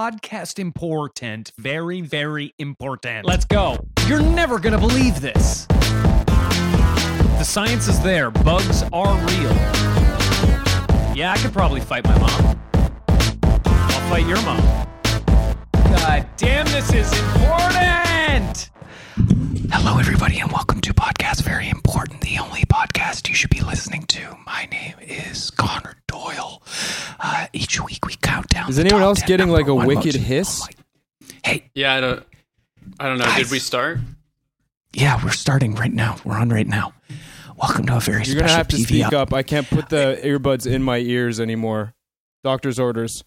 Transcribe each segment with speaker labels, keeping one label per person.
Speaker 1: podcast important. Very, very important.
Speaker 2: Let's go.
Speaker 1: You're never going to believe this. The science is there. Bugs are real.
Speaker 2: Yeah, I could probably fight my mom. I'll fight your mom.
Speaker 1: God damn, this is important. Hello, everybody, and welcome to Podcast Very Important, the only podcast you should be listening to. My name is Connor Doyle. Uh, each week we count down.
Speaker 3: Is
Speaker 1: the
Speaker 3: anyone
Speaker 1: top
Speaker 3: else
Speaker 1: 10
Speaker 3: getting
Speaker 1: number
Speaker 3: like a
Speaker 1: one
Speaker 3: wicked
Speaker 1: most-
Speaker 3: hiss?
Speaker 1: Oh my- hey,
Speaker 4: Yeah, I don't. I don't know.
Speaker 1: Guys.
Speaker 4: Did we start?
Speaker 1: yeah, we're starting right now. We're on right now. Welcome to a very
Speaker 3: You're
Speaker 1: special
Speaker 3: gonna have to
Speaker 1: PV
Speaker 3: speak
Speaker 1: up.
Speaker 3: up. I can't put the earbuds in my ears anymore. Doctor's orders.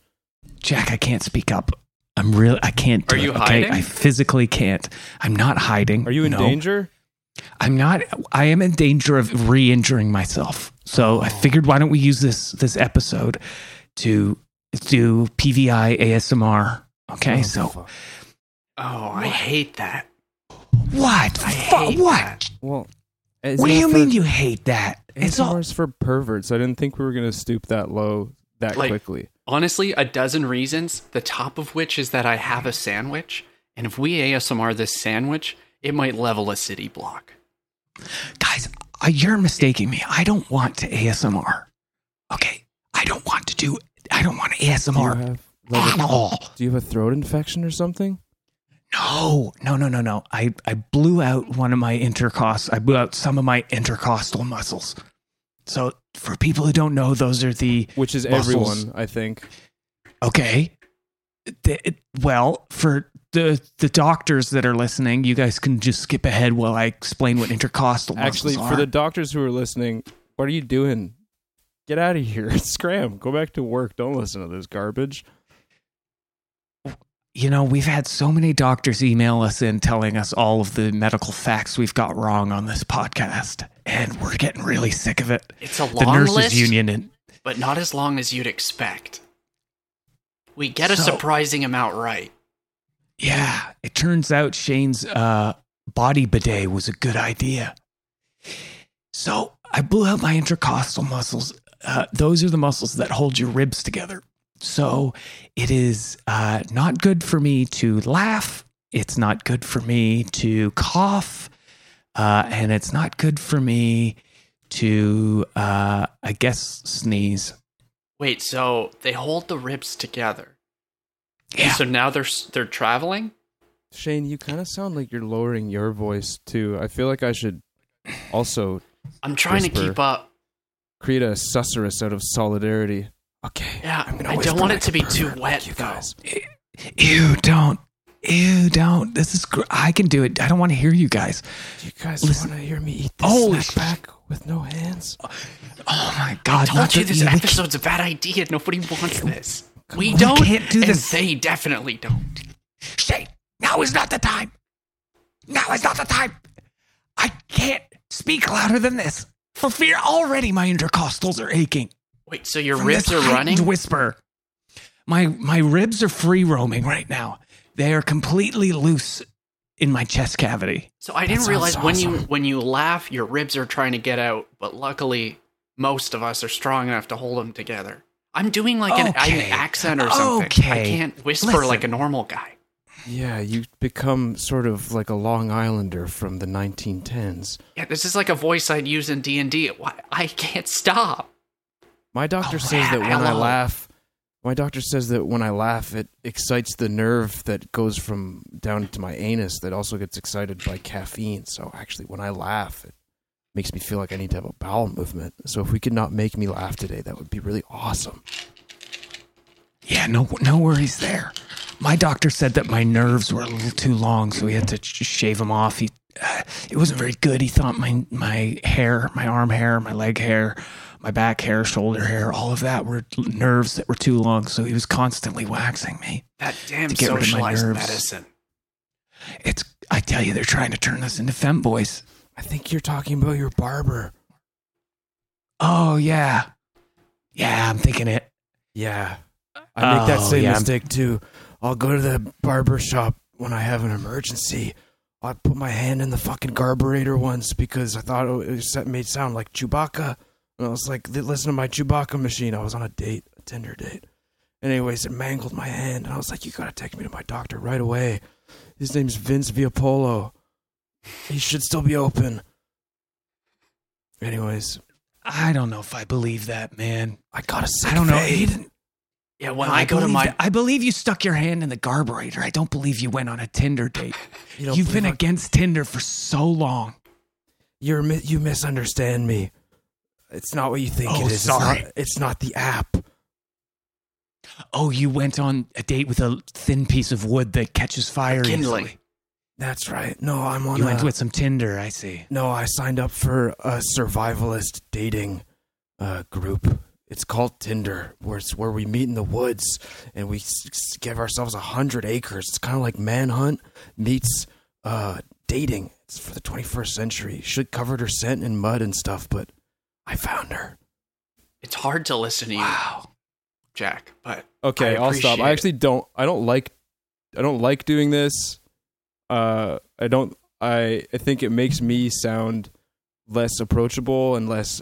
Speaker 1: Jack, I can't speak up. I'm really, I can't. Do
Speaker 4: Are
Speaker 1: it,
Speaker 4: you
Speaker 1: okay?
Speaker 4: hiding?
Speaker 1: I physically can't. I'm not hiding.
Speaker 3: Are you in
Speaker 1: No.
Speaker 3: danger?
Speaker 1: I'm not. I am in danger of re-injuring myself. So I figured, why don't we use this this episode to do PVI ASMR? Okay. so
Speaker 4: Oh, I hate that.
Speaker 1: what? Fu- what?
Speaker 3: Well,
Speaker 1: What do you mean you hate that? It's all.
Speaker 3: for perverts. I didn't think we were gonna stoop that low that
Speaker 4: Like-
Speaker 3: quickly.
Speaker 4: Honestly, a dozen reasons. The top of which is that I have a sandwich, and if we ASMR this sandwich, it might level a city block.
Speaker 1: guys, uh, you're mistaking me. I don't want to ASMR. Okay, I don't want to do. I don't want to
Speaker 3: do you
Speaker 1: ASMR
Speaker 3: have like,
Speaker 1: at
Speaker 3: a,
Speaker 1: all.
Speaker 3: do you have a throat infection or something?
Speaker 1: No, no, no, no, no. I, I blew out one of my intercost. I blew out some of my intercostal muscles. So for people who don't know, those are the
Speaker 3: Which is
Speaker 1: Muscles.
Speaker 3: everyone, I think.
Speaker 1: okay. The- it- well, for the the doctors that are listening, you guys can just skip ahead while I explain what intercostal
Speaker 3: Actually,
Speaker 1: muscles
Speaker 3: for
Speaker 1: are.
Speaker 3: the doctors who are listening, what are you doing? Get out of here. Scram. Go back to work. Don't listen to this garbage.
Speaker 1: you know, we've had so many doctors email us in telling us all of the medical facts we've got wrong on this podcast, and we're getting really sick of it.
Speaker 4: It's a
Speaker 1: The
Speaker 4: long
Speaker 1: nurses
Speaker 4: list,
Speaker 1: union and
Speaker 4: but not as long as you'd expect. We get a
Speaker 1: So-
Speaker 4: surprising amount right.
Speaker 1: Yeah, it turns out Shane's uh, body bidet was a good idea. So I blew out my intercostal muscles. Uh, those are the muscles that hold your ribs together. So it is uh, not good for me to laugh. It's not good for me to cough. Uh, and it's not good for me to, uh, I guess, sneeze.
Speaker 4: Wait, so they hold the ribs together.
Speaker 1: Yeah.
Speaker 4: So now they're s- they're traveling.
Speaker 3: Shane, you kind of sound like you're lowering your voice too. I feel like I should also
Speaker 4: I'm trying to
Speaker 3: Whisper.
Speaker 4: keep up.
Speaker 3: create a susurrus out of solidarity. Okay.
Speaker 4: Yeah,
Speaker 3: I'm gonna
Speaker 4: I
Speaker 3: whisper
Speaker 4: don't want
Speaker 3: like
Speaker 4: it to
Speaker 3: a
Speaker 4: be too
Speaker 3: pervert like
Speaker 4: wet,
Speaker 3: you
Speaker 4: though.
Speaker 3: guys.
Speaker 1: Ew, don't. Ew, don't. This is, gr- I can do it. I don't want to hear you guys.
Speaker 3: Do you guys
Speaker 1: Listen.
Speaker 3: want to hear me eat this
Speaker 1: Holy
Speaker 3: snack pack with no hands?
Speaker 4: Uh,
Speaker 1: Oh my god!
Speaker 4: told
Speaker 1: not
Speaker 4: you
Speaker 1: that-
Speaker 4: this
Speaker 1: we can't-
Speaker 4: episode's a bad idea. Nobody wants this. We
Speaker 1: on.
Speaker 4: don't,
Speaker 1: We can't do
Speaker 4: and
Speaker 1: this.
Speaker 4: they definitely don't.
Speaker 1: Shane, now is not the time. Now is not the time. I can't speak louder than this for fear. Already, my intercostals are aching.
Speaker 4: Wait, so your
Speaker 1: from
Speaker 4: ribs
Speaker 1: this
Speaker 4: are
Speaker 1: heightened
Speaker 4: running?
Speaker 1: Whisper. My my ribs are free roaming right now. They are completely loose in my chest cavity.
Speaker 4: so I didn't
Speaker 3: sounds
Speaker 4: realize when you
Speaker 3: awesome.
Speaker 4: when you laugh, your ribs are trying to get out. But luckily, most of us are strong enough to hold them together. I'm doing like an,
Speaker 1: Okay.
Speaker 4: an accent or something. I
Speaker 1: Okay.
Speaker 4: can't whisper
Speaker 1: Listen.
Speaker 4: like a normal guy.
Speaker 3: Yeah, you become sort of like a Long Islander from the 1910s.
Speaker 4: Yeah, this is like a voice I'd use in D and D. I can't stop.
Speaker 3: My doctor
Speaker 1: Oh,
Speaker 3: says that when I
Speaker 4: hello.
Speaker 3: laugh, my doctor says that when I laugh, it excites the nerve that goes from down to my anus that also gets excited by caffeine. So actually, when I laugh, it makes me feel like I need to have a bowel movement. So if we could not make me laugh today, that would be really awesome.
Speaker 1: Yeah, no no worries there. My doctor said that my nerves were a little too long, so he had to sh- shave them off. He, uh, it wasn't very good. He thought my my hair, my arm hair, my leg hair, my back hair, shoulder hair, all of that were l- nerves that were too long. So he was constantly waxing me.
Speaker 4: That damn
Speaker 1: To get rid of my
Speaker 4: socialized
Speaker 1: nerves.
Speaker 4: medicine.
Speaker 1: It's I tell you, they're trying to turn this into femboys.
Speaker 3: I think you're talking about your barber.
Speaker 1: Oh yeah, yeah. I'm thinking it.
Speaker 3: Yeah, I make that
Speaker 1: Oh,
Speaker 3: same
Speaker 1: yeah.
Speaker 3: mistake too. I'll go to the barber shop when I have an emergency. I put my hand in the fucking carburetor once because I thought it was- it made sound like Chewbacca, and I was like, "Li- "Listen to my Chewbacca machine." I was on a date, a Tinder date,
Speaker 5: Anyways, it mangled my hand, and I was like, "You gotta take me to my doctor right away." His name's Vince Viapolo. He should still be open. Anyways,
Speaker 1: I don't know if I believe that, man.
Speaker 5: I got a sick
Speaker 1: I don't know.
Speaker 5: fade.
Speaker 1: He didn't-
Speaker 4: Yeah, when
Speaker 1: No,
Speaker 4: I, go to
Speaker 1: believe
Speaker 4: my
Speaker 1: that- I believe you stuck your hand in the carburetor. I don't believe you went on a Tinder date.
Speaker 5: You don't
Speaker 1: You've been
Speaker 5: believe I-
Speaker 1: against Tinder for so long.
Speaker 5: You're mi- you misunderstand me. It's not what you think
Speaker 1: Oh,
Speaker 5: it is.
Speaker 1: sorry.
Speaker 5: It's not, it's not the app.
Speaker 1: Oh, you went on a date with a thin piece of wood that catches fire.
Speaker 4: kindling.
Speaker 1: easily.
Speaker 5: That's right. No, I'm on.
Speaker 1: You
Speaker 5: a-
Speaker 1: went with some Tinder, I see.
Speaker 5: No, I signed up for a survivalist dating uh, group. It's called Tinder, where it's where we meet in the woods and we s- s- give ourselves a hundred acres. It's kind of like Manhunt meets uh, dating. It's for the 21st century. Should covered her scent in mud and stuff, but I found her.
Speaker 4: It's hard to listen to you, Jack. But
Speaker 3: Okay,
Speaker 4: I
Speaker 3: I'll stop.
Speaker 4: appreciate
Speaker 3: I
Speaker 4: it.
Speaker 3: actually don't. I don't like. I don't like doing this. Uh, I don't. I I think it makes me sound less approachable and less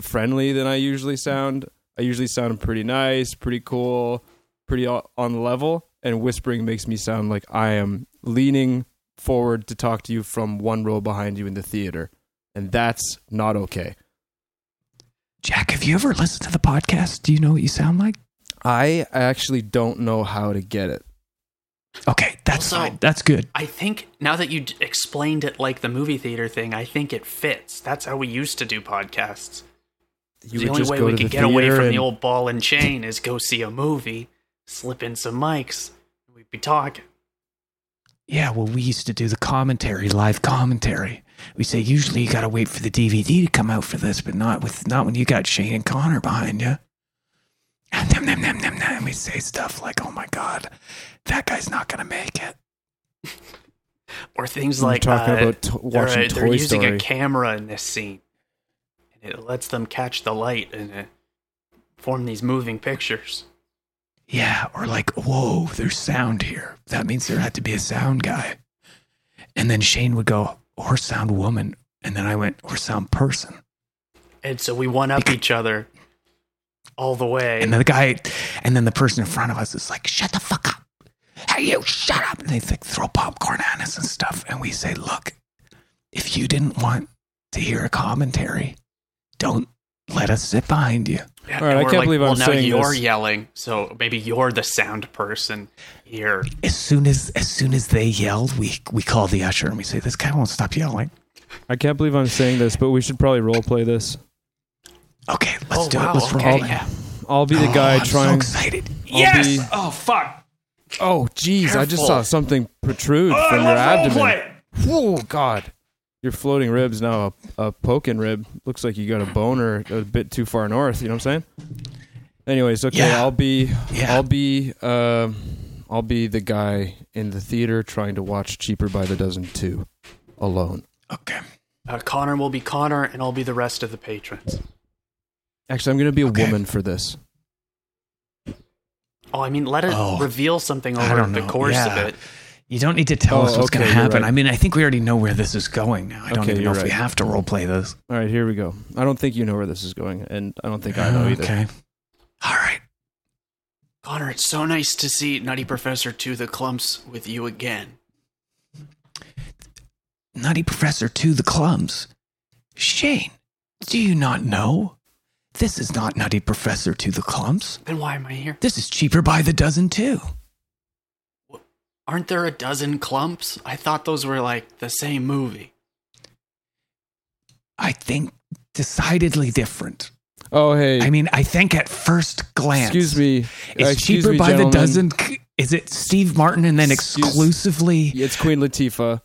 Speaker 3: friendly than I usually sound. I usually sound pretty nice, pretty cool, pretty o- on the level. And whispering makes me sound like I am leaning forward to talk to you from one row behind you in the theater, and that's not okay.
Speaker 1: Jack, have you ever listened to the podcast? Do you know what you sound like?
Speaker 3: I actually don't know how to get it.
Speaker 1: Okay, that's
Speaker 4: Also-
Speaker 1: fine. That's good.
Speaker 4: I think now that you d- explained it like the movie theater thing, I think it fits. That's how we used to do podcasts.
Speaker 3: You
Speaker 4: the
Speaker 3: would
Speaker 4: only
Speaker 3: just
Speaker 4: way
Speaker 3: go
Speaker 4: we
Speaker 3: to
Speaker 4: could
Speaker 3: the
Speaker 4: get away
Speaker 3: theater
Speaker 4: from
Speaker 3: and-
Speaker 4: the old ball and chain is go see a movie, slip in some mics, and we'd be talking.
Speaker 1: Yeah, well, we used to do the commentary, live commentary. We say usually you gotta wait for the DVD to come out for this, but not with not when you got Shane and Connor behind you. And them, them, them, them, them. We say stuff like, "Oh my God, that guy's not gonna make it."
Speaker 4: Or things
Speaker 3: You're
Speaker 4: like
Speaker 3: talking
Speaker 4: uh,
Speaker 3: about to-
Speaker 4: they're,
Speaker 3: watching
Speaker 4: uh,
Speaker 3: Toy
Speaker 4: they're using
Speaker 3: Story.
Speaker 4: a camera in this scene, and it lets them catch the light and uh, form these moving pictures.
Speaker 1: Yeah, or like, "Whoa, there's sound here." That means there had to be a sound guy. And then Shane would go, "Or sound woman," and then I went, "Or sound person."
Speaker 4: And so we one up each other all the way.
Speaker 1: And then the guy, and then the person in front of us is like, shut the fuck up. Hey, you shut up. And they like throw popcorn at us and stuff. And we say, look, if you didn't want to hear a commentary, don't let us sit behind you.
Speaker 4: Yeah,
Speaker 3: All right,
Speaker 4: and
Speaker 3: I
Speaker 4: we're
Speaker 3: can't believe I'm
Speaker 4: well, now
Speaker 3: saying
Speaker 4: you're
Speaker 3: this.
Speaker 4: yelling, so maybe you're the sound person here.
Speaker 1: As soon as as soon as they yelled, we we call the usher and we say, This guy won't stop yelling.
Speaker 3: I can't believe I'm saying this, but we should probably role play this.
Speaker 1: Okay, let's
Speaker 4: Oh,
Speaker 1: do
Speaker 4: wow,
Speaker 1: it. Let's
Speaker 4: okay,
Speaker 1: roll it.
Speaker 4: yeah.
Speaker 3: I'll be the guy
Speaker 1: Oh, I'm
Speaker 3: trying.
Speaker 1: so excited.
Speaker 3: I'll
Speaker 6: yes!
Speaker 3: be-
Speaker 6: Oh, fuck.
Speaker 3: oh, jeez! I just saw
Speaker 4: Careful.
Speaker 3: something protrude
Speaker 6: Oh, I
Speaker 3: from your
Speaker 6: love
Speaker 3: abdomen.
Speaker 6: roleplay.
Speaker 3: Oh God! Your floating ribs now a, a poking rib. Looks like you got a boner a bit too far north. You know what I'm saying? Anyways, okay.
Speaker 1: Yeah.
Speaker 3: I'll be.
Speaker 1: Yeah.
Speaker 3: I'll be. Um, I'll be the guy in the theater trying to watch Cheaper by the Dozen Two, alone.
Speaker 1: Okay.
Speaker 4: Uh, Connor will be Connor, and I'll be the rest of the patrons.
Speaker 3: Actually, I'm gonna be a
Speaker 1: Okay.
Speaker 3: woman for this.
Speaker 4: Oh, I mean, let it
Speaker 1: Oh.
Speaker 4: reveal something
Speaker 1: I
Speaker 4: over
Speaker 1: don't
Speaker 4: the
Speaker 1: know.
Speaker 4: course
Speaker 1: Yeah.
Speaker 4: of it.
Speaker 1: You don't need to tell
Speaker 3: Oh,
Speaker 1: us what's going
Speaker 3: okay,
Speaker 1: to
Speaker 3: you're
Speaker 1: happen.
Speaker 3: right.
Speaker 1: I mean, I think we already know where this is going now. I don't
Speaker 3: Okay,
Speaker 1: even know
Speaker 3: you're
Speaker 1: if we
Speaker 3: right.
Speaker 1: have to role play this.
Speaker 3: All right, here we go. I don't think you know where this is going, and I don't think I know either.
Speaker 1: Okay. All right.
Speaker 4: Connor, it's so nice to see Nutty Professor to the clumps with you again.
Speaker 1: Nutty Professor to the clumps. Shane, do you not know? This is not Nutty Professor to the clumps.
Speaker 4: Then why am I here?
Speaker 1: This is cheaper by the dozen too.
Speaker 4: Aren't there a dozen clumps? I thought those were like the same movie.
Speaker 1: I think decidedly different.
Speaker 3: Oh hey,
Speaker 1: I mean, I think at first glance.
Speaker 3: excuse me. Uh,
Speaker 1: It's
Speaker 3: Excuse
Speaker 1: cheaper
Speaker 3: me,
Speaker 1: by
Speaker 3: gentlemen.
Speaker 1: the dozen. c- Is it Steve Martin and then
Speaker 3: Excuse-
Speaker 1: exclusively
Speaker 3: It's Queen Latifah.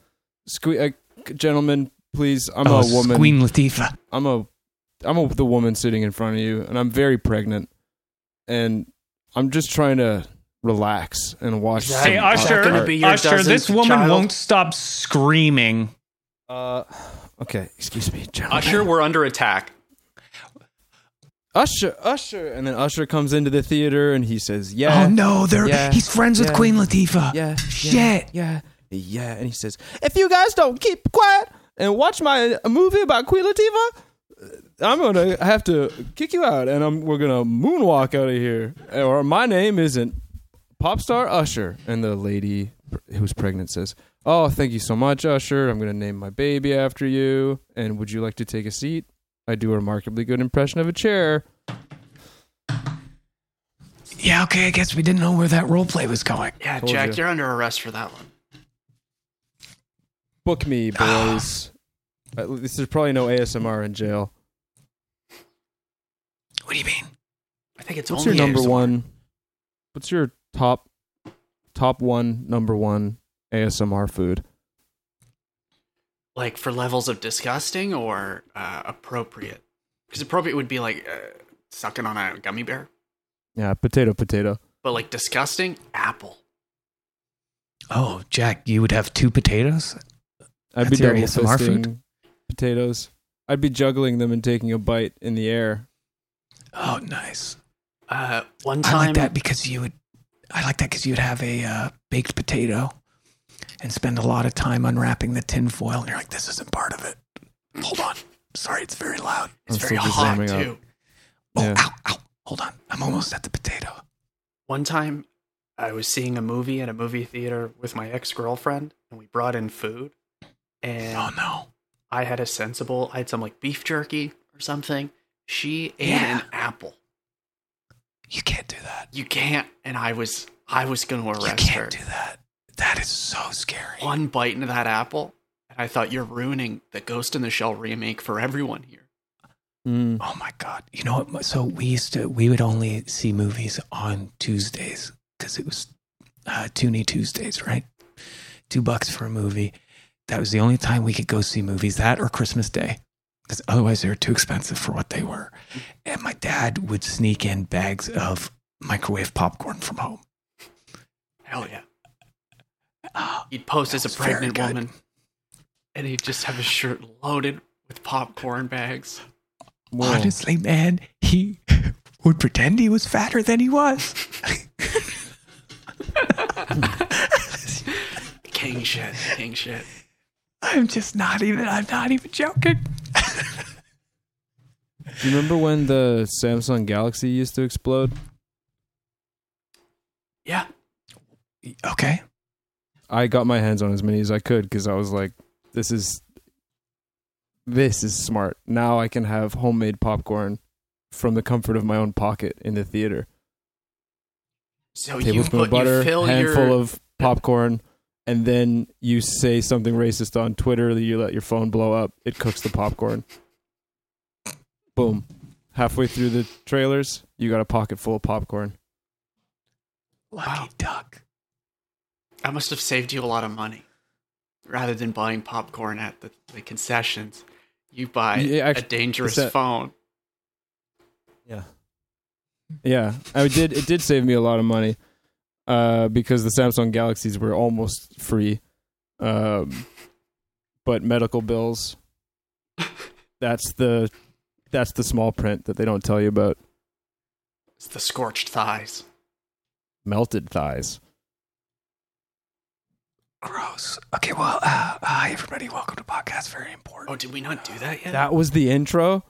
Speaker 3: Sque- uh, gentlemen, please. I'm
Speaker 1: oh,
Speaker 3: a woman.
Speaker 1: Queen Latifah?
Speaker 3: I'm a I'm a, the woman sitting in front of you, and I'm very pregnant, and I'm just trying to relax and watch.
Speaker 4: Is that-
Speaker 3: some
Speaker 6: Hey,
Speaker 4: Is
Speaker 3: pop
Speaker 6: Usher,
Speaker 4: gonna
Speaker 3: art.
Speaker 4: be your
Speaker 6: Usher, this
Speaker 4: dozenth
Speaker 6: woman
Speaker 4: child?
Speaker 6: won't stop screaming.
Speaker 3: Uh, okay, excuse me, gentlemen.
Speaker 4: Usher, we're under attack.
Speaker 3: Usher, Usher, and then Usher comes into the theater, and he says, "Yeah,
Speaker 1: Oh no, they're,
Speaker 3: Yeah.
Speaker 1: he's friends with
Speaker 3: Yeah.
Speaker 1: Queen Latifah.
Speaker 3: yeah,
Speaker 1: Shit.
Speaker 3: yeah, yeah, yeah." And he says, "If you guys don't keep quiet and watch my movie about Queen Latifah, uh, I'm gonna have to kick you out, and I'm, we're gonna moonwalk out of here. Or my name isn't pop star Usher." And the lady who's pregnant says, "Oh, thank you so much, Usher. I'm gonna name my baby after you. And would you like to take a seat? I do a remarkably good impression of a chair.
Speaker 1: Yeah, okay, I guess we didn't know where that role play was going.
Speaker 4: Yeah,
Speaker 3: Told
Speaker 4: Jack,
Speaker 3: you.
Speaker 4: you. are under arrest for that one.
Speaker 3: Book me, boys. At least there's probably no ASMR in jail.
Speaker 1: What do you mean?
Speaker 4: I think it's
Speaker 3: What's your
Speaker 4: only
Speaker 3: number
Speaker 4: ASMR.
Speaker 3: one? What's your top top one number one ASMR food?
Speaker 4: like for levels of disgusting or uh, appropriate? Because appropriate would be like uh, sucking on a gummy bear,
Speaker 3: Yeah, potato, potato.
Speaker 4: but like disgusting, apple.
Speaker 1: Oh, Jack, you would have two potatoes?
Speaker 3: I'd
Speaker 1: That's
Speaker 3: be
Speaker 1: your
Speaker 3: double
Speaker 1: ASMR
Speaker 3: fisting
Speaker 1: food?
Speaker 3: potatoes. I'd be juggling them and taking a bite in the air.
Speaker 1: Oh, nice.
Speaker 4: Uh, one
Speaker 1: I
Speaker 4: time,
Speaker 1: like that because you would. I like that because you'd have a uh, baked potato, and spend a lot of time unwrapping the tin foil, and you're like, "This isn't part of it." Hold on. Sorry, it's very loud.
Speaker 4: it's
Speaker 3: I'm
Speaker 4: very
Speaker 3: still just
Speaker 4: hot
Speaker 3: warming up.
Speaker 4: too.
Speaker 1: Oh,
Speaker 3: Yeah.
Speaker 1: ow, ow. Hold on. I'm almost at the potato.
Speaker 4: One time, I was seeing a movie at a movie theater with my ex girlfriend, and we brought in food, and
Speaker 1: Oh no.
Speaker 4: I had a sensible. I had some like beef jerky or something. She ate
Speaker 1: Yeah.
Speaker 4: an apple.
Speaker 1: You can't do that.
Speaker 4: You can't. And I was, I was going to
Speaker 1: You
Speaker 4: arrest her.
Speaker 1: can't do that. That is so scary.
Speaker 4: one bite into that apple, and I thought you're ruining the Ghost in the Shell remake for everyone here.
Speaker 3: Mm.
Speaker 1: Oh my god! You know what? So we used to we would only see movies on Tuesdays because it was uh, Toonie Tuesdays, right? Two bucks for a movie. That was the only time we could go see movies. That or Christmas Day, because otherwise they were too expensive for what they were. And my dad would sneak in bags of microwave popcorn from home.
Speaker 4: Hell yeah.
Speaker 1: Ah,
Speaker 4: He'd pose as a
Speaker 1: That's very
Speaker 4: pregnant
Speaker 1: good.
Speaker 4: woman, and he'd just have his shirt loaded with popcorn bags.
Speaker 3: Whoa.
Speaker 1: honestly, man, he would pretend he was fatter than he was.
Speaker 4: King shit, king shit.
Speaker 1: I'm just not even. I'm not even joking.
Speaker 3: Do you remember when the Samsung Galaxy used to explode?
Speaker 4: Yeah,
Speaker 1: Okay.
Speaker 3: I got my hands on as many as I could because I was like, this is this is smart. Now I can have homemade popcorn from the comfort of my own pocket in the theater.
Speaker 4: so Oh, you
Speaker 3: tablespoon
Speaker 4: put
Speaker 3: of butter,
Speaker 4: you fill
Speaker 3: handful
Speaker 4: your
Speaker 3: of popcorn, and then you say something racist on Twitter that you let your phone blow up. It cooks the popcorn. Boom. Halfway through the trailers, you got a pocket full of popcorn.
Speaker 1: Lucky
Speaker 4: Wow.
Speaker 1: duck.
Speaker 4: I must have saved you a lot of money. Rather than buying popcorn at the, the concessions, you buy
Speaker 3: Yeah,
Speaker 4: a
Speaker 3: actually,
Speaker 4: dangerous
Speaker 3: it's a-
Speaker 4: phone.
Speaker 3: Yeah. Yeah, I did. It did save me a lot of money uh, because the Samsung Galaxies were almost free, um, but medical bills. That's the that's the small print that they don't tell you about.
Speaker 4: It's the scorched thighs.
Speaker 3: Melted thighs.
Speaker 1: Gross. Okay, well, uh, hi everybody. Welcome to podcast. Very
Speaker 4: Oh,
Speaker 1: important.
Speaker 4: did we not do that yet?
Speaker 3: That was the intro.
Speaker 7: Oh.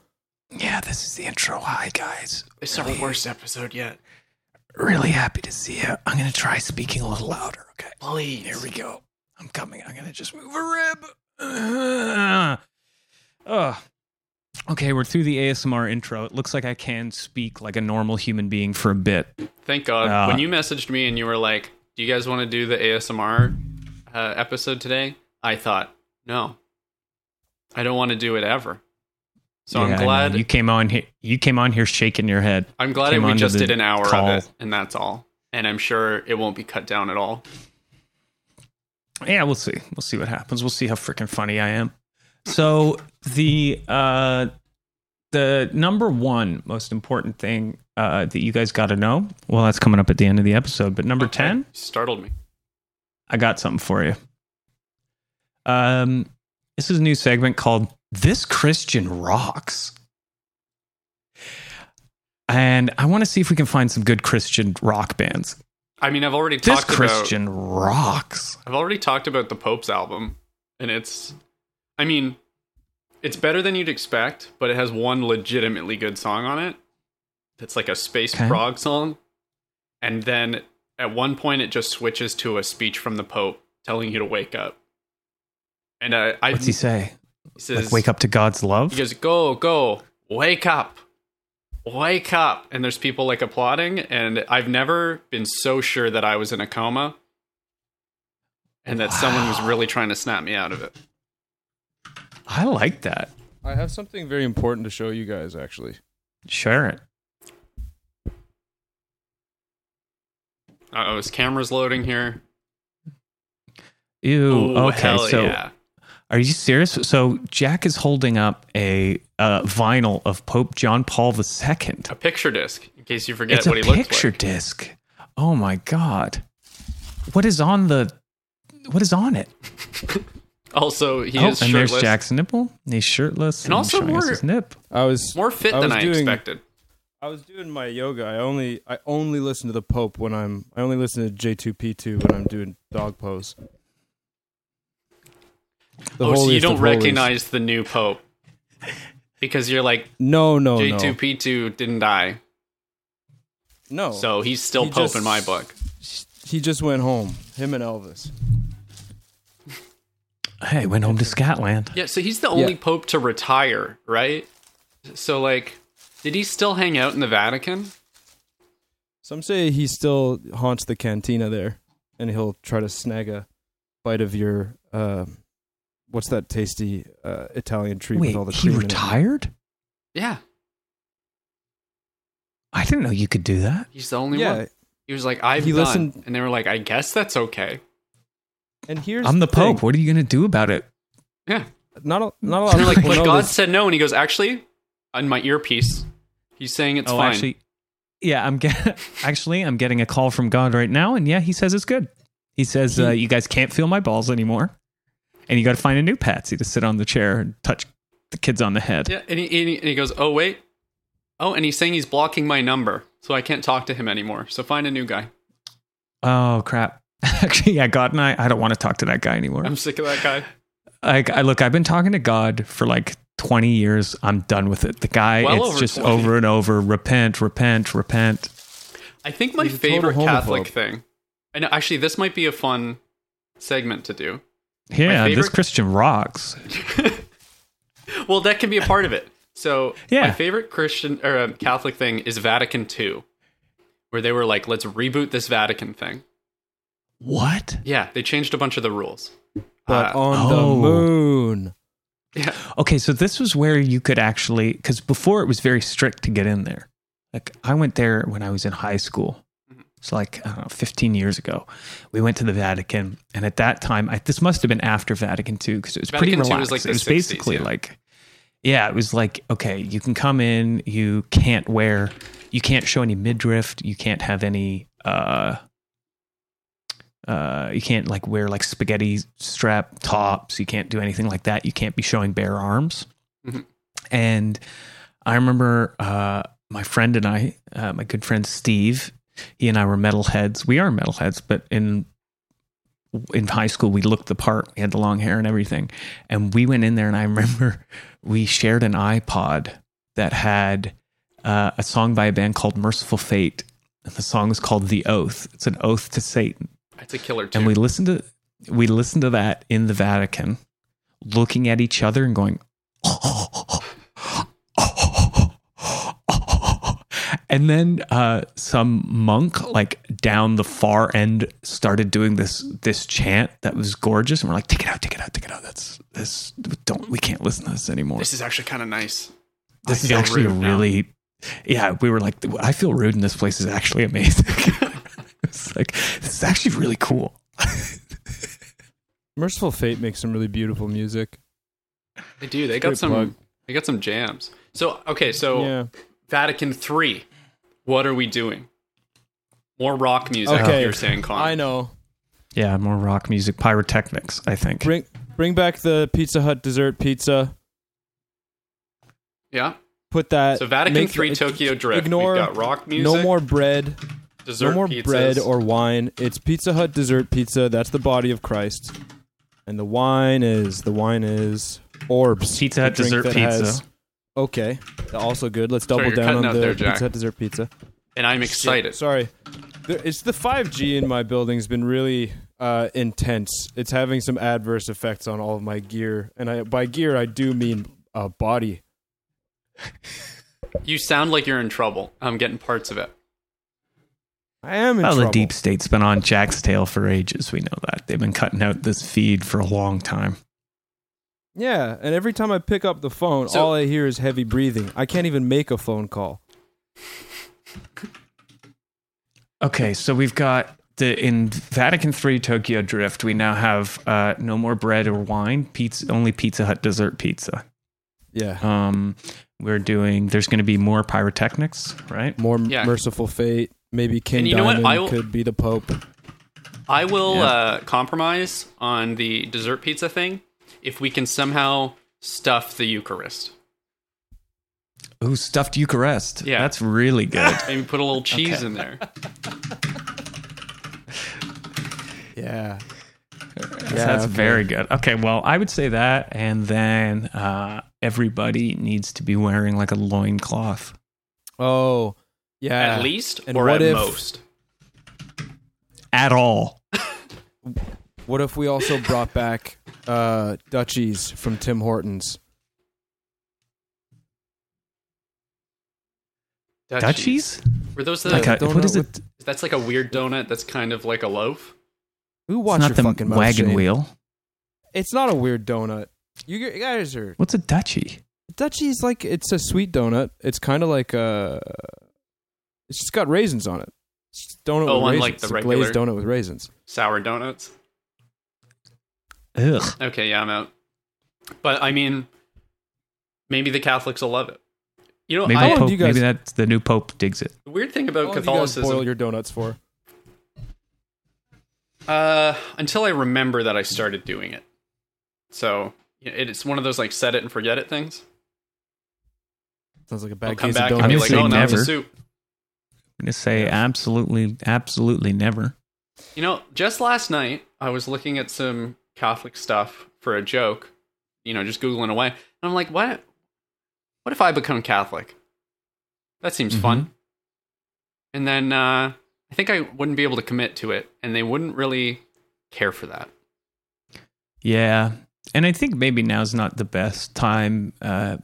Speaker 1: Yeah, this is the intro. Hi guys.
Speaker 4: it's our worst episode yet.
Speaker 1: Really happy to see you. I'm gonna try speaking a little louder. Okay.
Speaker 4: Please.
Speaker 1: Here we go. I'm coming. I'm gonna just move a rib. Ugh.
Speaker 8: Ugh. Okay, we're through the ASMR intro. It looks like I can speak like a normal human being for a bit.
Speaker 7: Thank God.
Speaker 8: Uh,
Speaker 7: when you messaged me and you were like, "Do you guys want to do the ASMR uh, episode today?" I thought, "No, I don't want to do it ever." So
Speaker 8: Yeah, I
Speaker 7: I'm
Speaker 8: know.
Speaker 7: glad.
Speaker 8: you came on here. You came on here shaking your head.
Speaker 7: I'm glad
Speaker 8: came
Speaker 7: we
Speaker 8: onto
Speaker 7: just
Speaker 8: the
Speaker 7: did an hour
Speaker 8: call.
Speaker 7: of it, and that's all. And I'm sure it won't be cut down at all.
Speaker 8: Yeah, we'll see. We'll see what happens. We'll see how freaking funny I am. So the uh the number one most important thing uh that you guys gotta know, well that's coming up at the end of the episode, but number
Speaker 7: Okay.
Speaker 8: ten,
Speaker 7: startled me.
Speaker 8: I got something for you. Um this is a new segment called This Christian Rocks. And I want to see if we can find some good Christian rock bands.
Speaker 7: I mean, I've already
Speaker 8: This
Speaker 7: talked
Speaker 8: Christian rocks.
Speaker 7: about. I've already talked about the Pope's album, and it's. I mean,
Speaker 4: it's better than you'd expect, but it has one legitimately good song on it. That's like a space
Speaker 1: Okay.
Speaker 4: prog song. And then at one point it just switches to a speech from the Pope telling you to wake up. And I, I
Speaker 1: What's he say?
Speaker 4: says,
Speaker 1: like wake up to God's love?
Speaker 4: He goes, go, go, wake up, wake up. And there's people like applauding. And I've never been so sure that I was in a coma and that someone was really trying to snap me out of it.
Speaker 1: I like that.
Speaker 3: I have something very important to show you guys, actually.
Speaker 1: Share it.
Speaker 4: Uh oh, his camera's loading here.
Speaker 1: Ew.
Speaker 4: Ooh,
Speaker 1: okay.
Speaker 4: hell
Speaker 1: So
Speaker 4: yeah.
Speaker 1: are you serious? So Jack is holding up a uh, vinyl of Pope John Paul II.
Speaker 4: A picture disc, in case you forget
Speaker 1: it's
Speaker 4: what
Speaker 1: a
Speaker 4: he looks
Speaker 1: picture
Speaker 4: like.
Speaker 1: disc. Oh my god. What is on the what is on it?
Speaker 4: Also, he
Speaker 1: oh, and
Speaker 4: is shirtless.
Speaker 1: there's Jack's nipple. He's shirtless
Speaker 4: And
Speaker 1: and,
Speaker 4: also
Speaker 1: showing us
Speaker 4: more-
Speaker 1: his nip.
Speaker 3: I was
Speaker 4: More fit
Speaker 3: I
Speaker 4: than
Speaker 3: was
Speaker 4: I
Speaker 3: doing-
Speaker 4: expected.
Speaker 3: I was doing my yoga. I only I only listen to the Pope when I'm I only listen to J two P two when I'm doing dog pose. The
Speaker 4: oh, so you
Speaker 3: holiest
Speaker 4: don't
Speaker 3: of holies.
Speaker 4: recognize the new Pope. Because you're like,
Speaker 3: No,
Speaker 1: Oh,
Speaker 3: no, no.
Speaker 4: J2P2 didn't die.
Speaker 3: No.
Speaker 4: So he's
Speaker 3: Oh.
Speaker 4: still
Speaker 3: He
Speaker 4: Pope
Speaker 3: just-
Speaker 4: in my book.
Speaker 3: he just went home. Him and Elvis.
Speaker 1: Hey, went home to Scotland.
Speaker 4: Yeah, so he's the only
Speaker 3: Yeah.
Speaker 4: Pope to retire, right? So, like, did he still hang out in the Vatican?
Speaker 3: Some say he still haunts the cantina there, and he'll try to snag a bite of your uh, what's that tasty uh, Italian treat
Speaker 1: Wait,
Speaker 3: with all the
Speaker 1: he
Speaker 3: cream in it.
Speaker 1: retired?
Speaker 4: Yeah,
Speaker 1: I didn't know you could do that.
Speaker 4: he's the only
Speaker 3: Yeah,
Speaker 4: one. He was like, I've
Speaker 3: He
Speaker 4: done.
Speaker 3: listened-
Speaker 4: And they were like, I guess that's okay.
Speaker 3: and here's
Speaker 1: I'm the
Speaker 3: thing.
Speaker 1: Pope. What are you going to do about it?
Speaker 4: Yeah.
Speaker 3: Not a, not a lot.
Speaker 4: They're
Speaker 3: of
Speaker 4: like,
Speaker 3: people
Speaker 4: but
Speaker 3: know
Speaker 4: God
Speaker 3: this.
Speaker 4: said no. And he goes, actually, on my earpiece, he's saying it's
Speaker 1: oh,
Speaker 4: fine.
Speaker 1: actually, yeah, I'm get- actually I'm getting a call from God right now, and yeah, he says it's good. He says uh, you guys can't feel my balls anymore, and you got to find a new patsy to sit on the chair and touch the kids on the head.
Speaker 4: Yeah, and he, and he and he goes, "Oh wait, oh," and he's saying he's blocking my number, so I can't talk to him anymore. So find a new guy.
Speaker 1: Oh crap! Actually, yeah, God and I, I don't want to talk to that guy anymore.
Speaker 4: I'm sick of that guy.
Speaker 1: Like, I look, I've been talking to God for like 20 years. I'm done with it. The guy,
Speaker 4: Well
Speaker 1: it's
Speaker 4: over
Speaker 1: just
Speaker 4: 20.
Speaker 1: over and over. Repent, repent, repent.
Speaker 4: I think my
Speaker 3: He's a total
Speaker 4: favorite Catholic
Speaker 3: homophobe.
Speaker 4: thing, and actually, this might be a fun segment to do.
Speaker 1: Yeah, this
Speaker 4: favorite-
Speaker 1: Christian rocks.
Speaker 4: Well, that can be a part of it. So my
Speaker 1: Yeah.
Speaker 4: favorite Christian or um, Catholic thing is Vatican II, where they were like, "Let's reboot this Vatican thing."
Speaker 1: What?
Speaker 4: Yeah, they changed a bunch of the rules.
Speaker 3: But on
Speaker 1: oh.
Speaker 3: the moon.
Speaker 4: Yeah,
Speaker 1: Okay, so this was where you could actually, because before it was very strict to get in there. Like I went there when I was in high school.
Speaker 4: Mm-hmm.
Speaker 1: It's like I don't know, 15 years ago. We went to the Vatican, and at that time, I, this must have been after Vatican II because it was
Speaker 4: Vatican
Speaker 1: pretty
Speaker 4: II
Speaker 1: relaxed.
Speaker 4: was like the
Speaker 1: it was
Speaker 4: 60s,
Speaker 1: basically
Speaker 4: yeah.
Speaker 1: like, yeah, it was like okay, you can come in, you can't wear, you can't show any midriff, you can't have any. uh uh, you can't like wear like spaghetti strap tops. You can't do anything like that. You can't be showing bare arms.
Speaker 4: Mhm.
Speaker 1: And I remember uh, my friend and I, uh, my good friend Steve, he and I were metalheads. We are metalheads, but in in high school we looked the part. We had the long hair and everything. And we went in there, and I remember we shared an iPod that had uh, a song by a band called Merciful Fate. And the song is called "The Oath." It's an oath to Satan
Speaker 4: it's a killer too.
Speaker 1: and we listened to we listened to that in the Vatican, looking at each other and going, and then uh, some monk like down the far end started doing this this chant that was gorgeous, and we're like, take it out, take it out, take it out. That's this don't we can't listen to this anymore.
Speaker 4: this is actually kind of nice.
Speaker 1: This
Speaker 4: I
Speaker 1: is
Speaker 4: feel
Speaker 1: actually a
Speaker 4: rude now.
Speaker 1: really, yeah. We were like, I feel rude, and this place is actually amazing. it's like this is actually really cool.
Speaker 3: Merciful Fate makes some really beautiful music.
Speaker 4: They do. They got
Speaker 3: Straight
Speaker 4: some.
Speaker 3: plug.
Speaker 4: They got some jams. So okay, so
Speaker 3: Yeah.
Speaker 4: Vatican three. What are we doing? More rock music.
Speaker 3: Okay.
Speaker 4: You're saying, Con.
Speaker 3: I know.
Speaker 1: Yeah, more rock music, pyrotechnics, I think.
Speaker 3: Bring bring back the Pizza Hut dessert pizza.
Speaker 4: Yeah.
Speaker 3: Put that
Speaker 4: So Vatican
Speaker 3: make-
Speaker 4: three, Tokyo Drift.
Speaker 3: Ignore
Speaker 4: We've got rock music.
Speaker 3: no more bread.
Speaker 4: dessert
Speaker 3: no more
Speaker 4: pizzas.
Speaker 3: bread or wine. It's Pizza Hut dessert pizza. That's the body of Christ. And the wine is the wine is Orbs.
Speaker 1: Pizza Hut
Speaker 3: The drink
Speaker 1: dessert
Speaker 3: that
Speaker 1: pizza.
Speaker 3: has- okay, also good. Let's
Speaker 4: Sorry,
Speaker 3: double
Speaker 4: you're
Speaker 3: down on
Speaker 4: cutting
Speaker 3: the
Speaker 4: out there, Jack.
Speaker 3: Pizza Hut dessert pizza.
Speaker 4: and I'm excited.
Speaker 3: Sorry. There, it's the 5G in my building's been really uh, intense. It's having some adverse effects on all of my gear, and I by gear I do mean uh, body.
Speaker 4: You sound like you're in trouble. I'm getting parts of it.
Speaker 3: I am in
Speaker 1: Well,
Speaker 3: trouble.
Speaker 1: Oh, the deep state's been on Jack's tail for ages. We know that. They've been cutting out this feed for a long time.
Speaker 3: Yeah, and every time I pick up the phone,
Speaker 4: So-
Speaker 3: all I hear is heavy breathing. I can't even make a phone call.
Speaker 1: Okay, so we've got the in Vatican Three Tokyo Drift. We now have uh, no more bread or wine. Pizza only Pizza Hut dessert pizza.
Speaker 3: Yeah,
Speaker 1: Um, we're doing. There's going to be more pyrotechnics, right?
Speaker 3: more m-
Speaker 4: Yeah.
Speaker 3: merciful fate. Maybe King
Speaker 4: And you know what?
Speaker 3: Diamond
Speaker 4: I will-
Speaker 3: could be the Pope.
Speaker 4: I will
Speaker 1: Yeah.
Speaker 4: uh, compromise on the dessert pizza thing if we can somehow stuff the Eucharist.
Speaker 1: Ooh, stuffed Eucharist.
Speaker 4: Yeah.
Speaker 1: that's really good.
Speaker 4: Maybe put a little cheese in there.
Speaker 3: Uh, Yeah,
Speaker 1: So that's very good. Okay, well, I would say that, and then uh, everybody needs to be wearing like a loincloth.
Speaker 3: Oh, yeah.
Speaker 4: At least
Speaker 3: And
Speaker 4: or
Speaker 3: what
Speaker 4: at
Speaker 3: if-
Speaker 4: most.
Speaker 1: at all.
Speaker 3: What if we also brought back uh, Dutchies from Tim Hortons?
Speaker 1: Dutchies?
Speaker 4: Were those the
Speaker 1: Like a,
Speaker 3: Donut
Speaker 1: what is
Speaker 3: with-
Speaker 1: it?
Speaker 4: that's like a weird donut that's kind of like a loaf?
Speaker 3: Who
Speaker 1: It's
Speaker 3: watch
Speaker 1: not
Speaker 3: your
Speaker 1: the
Speaker 3: fucking mouth,
Speaker 1: wagon
Speaker 3: Shane.
Speaker 1: wheel.
Speaker 3: It's not a weird donut. You g- guys are
Speaker 1: What's a Dutchie?
Speaker 3: Dutchie's like it's a sweet donut. It's kind of like a. It's just got raisins on it. It's donut
Speaker 4: Oh,
Speaker 3: with raisins.
Speaker 4: unlike
Speaker 3: It's
Speaker 4: the
Speaker 3: a glazed
Speaker 4: regular-
Speaker 3: donut with raisins.
Speaker 4: Sour donuts.
Speaker 1: Ugh.
Speaker 4: Okay, yeah, I'm out. But I mean maybe the Catholics will love it. You know,
Speaker 1: Maybe,
Speaker 4: I,
Speaker 1: the
Speaker 3: do
Speaker 1: Pope,
Speaker 3: you guys-
Speaker 1: maybe that's the new Pope digs it.
Speaker 4: the weird thing about
Speaker 3: How long do you guys
Speaker 4: Catholicism
Speaker 3: boil your donuts for?
Speaker 4: Uh, until I remember that I started doing it. So you know, it's one of those like set it and forget it things.
Speaker 3: Sounds like a
Speaker 4: I'll
Speaker 3: bad
Speaker 4: come
Speaker 3: case of
Speaker 4: back
Speaker 3: donuts.
Speaker 4: and be like,
Speaker 1: Obviously
Speaker 4: oh, now it's a
Speaker 1: never.
Speaker 4: soup.
Speaker 1: I'm gonna say absolutely, absolutely never.
Speaker 4: You know, just last night I was looking at some Catholic stuff for a joke. You know, just googling away, and I'm like, what? What if I become Catholic? That seems
Speaker 3: Mm-hmm.
Speaker 4: fun. And then uh, I think I wouldn't be able to commit to it, and they wouldn't really care for that.
Speaker 1: Yeah, and I think maybe now's not the best time uh,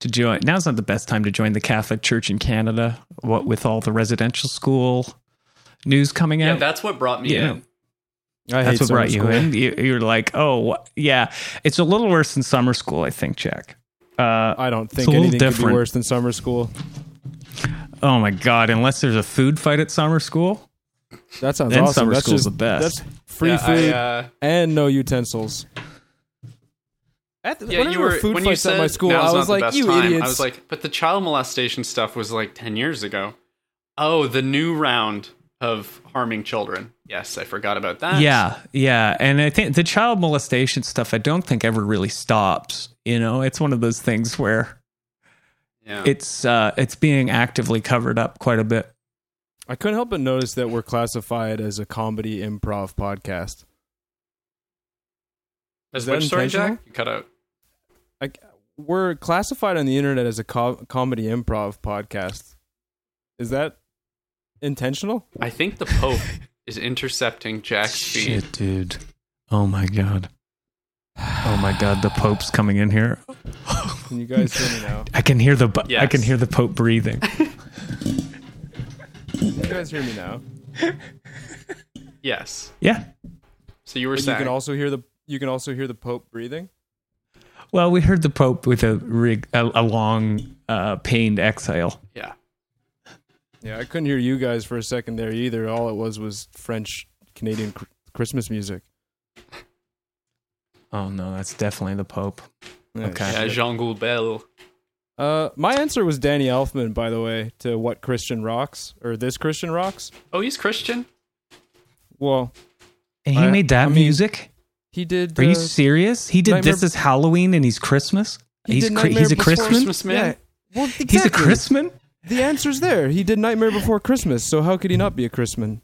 Speaker 1: to join. Now's not the best time to join the Catholic Church in Canada. What with all the residential school news coming
Speaker 4: Yeah,
Speaker 1: out,
Speaker 4: that's what brought me
Speaker 1: Yeah.
Speaker 4: in.
Speaker 3: I
Speaker 1: that's
Speaker 3: hate
Speaker 1: what
Speaker 3: summer
Speaker 1: brought you
Speaker 3: school.
Speaker 1: in. You, you're like, oh, wh- yeah, it's a little worse than summer school, I think, Jack. Uh,
Speaker 3: I don't
Speaker 1: It's a
Speaker 3: think
Speaker 1: little
Speaker 3: anything could be
Speaker 1: different.
Speaker 3: worse than summer school.
Speaker 1: oh my god, unless there's a food fight at summer school,
Speaker 3: That sounds
Speaker 1: Then
Speaker 3: awesome.
Speaker 1: summer
Speaker 3: that's
Speaker 1: school's
Speaker 3: just
Speaker 1: the best.
Speaker 3: That's free
Speaker 4: Yeah, I,
Speaker 3: food
Speaker 4: uh,
Speaker 3: and no utensils. At the,
Speaker 4: Yeah,
Speaker 3: whenever
Speaker 4: you were
Speaker 3: food
Speaker 4: when you
Speaker 3: fights
Speaker 4: said
Speaker 3: at my school,
Speaker 4: now's
Speaker 3: I
Speaker 4: not
Speaker 3: was
Speaker 4: the
Speaker 3: like,
Speaker 4: best
Speaker 3: "You
Speaker 4: time,"
Speaker 3: idiots!"
Speaker 4: I was like, but the child molestation stuff was like ten years ago. Oh, the new round of harming children. Yes, I forgot about that.
Speaker 1: Yeah, yeah, and I think the child molestation stuff I don't think ever really stops. You know, it's one of those things where
Speaker 4: yeah.
Speaker 1: it's uh, it's being actively covered up quite a bit.
Speaker 3: I couldn't help but notice that we're classified as a comedy improv podcast.
Speaker 4: Is
Speaker 3: that
Speaker 4: which story, Jack?
Speaker 3: intentional?
Speaker 4: You cut out.
Speaker 3: Like, we're classified on the internet as a co- comedy improv podcast. Is that intentional?
Speaker 4: I think the Pope is intercepting Jack's feed.
Speaker 1: Shit, dude. Oh my god. Oh my god, the Pope's coming in here.
Speaker 3: Can you guys hear me now?
Speaker 1: I can hear the bu- I
Speaker 4: Yes.
Speaker 1: can hear the Pope breathing.
Speaker 3: Can you guys hear me now?
Speaker 4: Yes.
Speaker 1: Yeah.
Speaker 4: So you were
Speaker 3: But you
Speaker 4: saying
Speaker 3: can also hear the you can also hear the Pope breathing.
Speaker 1: Well, we heard the Pope with a rig a, a long uh, pained exhale.
Speaker 4: yeah.
Speaker 3: Yeah, I couldn't hear you guys for a second there either. All it was was French Canadian cr- Christmas music.
Speaker 1: Oh no, that's definitely the Pope.
Speaker 3: Yeah,
Speaker 1: Okay.
Speaker 3: shit.
Speaker 4: Yeah, Jean Goulbel.
Speaker 3: Uh, my answer was Danny Elfman, by the way, to what Christian rocks or this Christian rocks.
Speaker 4: Oh, he's Christian?
Speaker 3: Well,
Speaker 1: And he
Speaker 3: I-
Speaker 1: made that
Speaker 3: I mean,
Speaker 1: music?
Speaker 3: he did.
Speaker 1: Are you
Speaker 3: uh,
Speaker 1: serious? He did
Speaker 3: Nightmare-
Speaker 1: this is Halloween and he's Christmas?
Speaker 3: he
Speaker 1: he's
Speaker 3: did
Speaker 1: cri-
Speaker 3: Nightmare
Speaker 1: he's a
Speaker 3: Before
Speaker 1: Christman?
Speaker 4: Christmas man?
Speaker 3: Yeah. Well, exactly.
Speaker 1: He's a Christman?
Speaker 3: The answer's there. He did Nightmare Before Christmas, so how could he not be a Christman?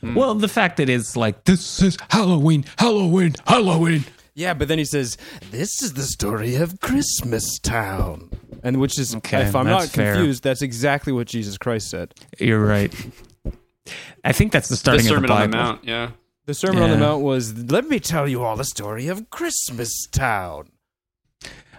Speaker 1: Well, the fact that it's like this is Halloween, Halloween, Halloween.
Speaker 3: Yeah, but then he says, "This is the story of Christmas Town," and which is,
Speaker 1: Okay,
Speaker 3: if I'm not
Speaker 1: that's fair.
Speaker 3: confused, that's exactly what Jesus Christ said.
Speaker 1: You're right. I think that's the
Speaker 4: The
Speaker 1: starting of the
Speaker 4: Sermon
Speaker 1: Bible.
Speaker 4: on the Mount. Yeah.
Speaker 3: The Sermon on the
Speaker 1: Yeah.
Speaker 3: Mount was, "Let me tell you all the story of Christmas Town."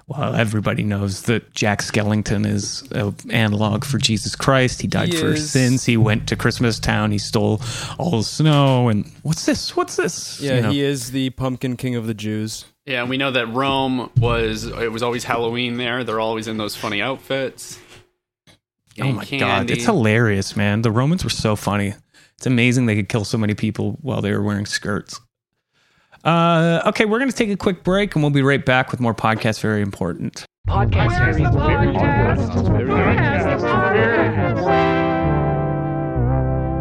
Speaker 1: Well, everybody knows that Jack Skellington is an analog for Jesus Christ. He died
Speaker 3: He
Speaker 1: for
Speaker 3: is.
Speaker 1: sins. He went to Christmas Town. He stole all the snow. And what's this? What's this?
Speaker 3: Yeah,
Speaker 1: You know.
Speaker 3: he is the pumpkin king of the Jews.
Speaker 4: Yeah, and we know that Rome was it was always Halloween there. They're always in those funny outfits.
Speaker 1: Oh
Speaker 4: Getting
Speaker 1: my god,
Speaker 4: candy.
Speaker 1: it's hilarious, man. The Romans were so funny. It's amazing they could kill so many people while they were wearing skirts. Uh, okay, we're going to take a quick break and we'll be right back with more podcasts. Very important.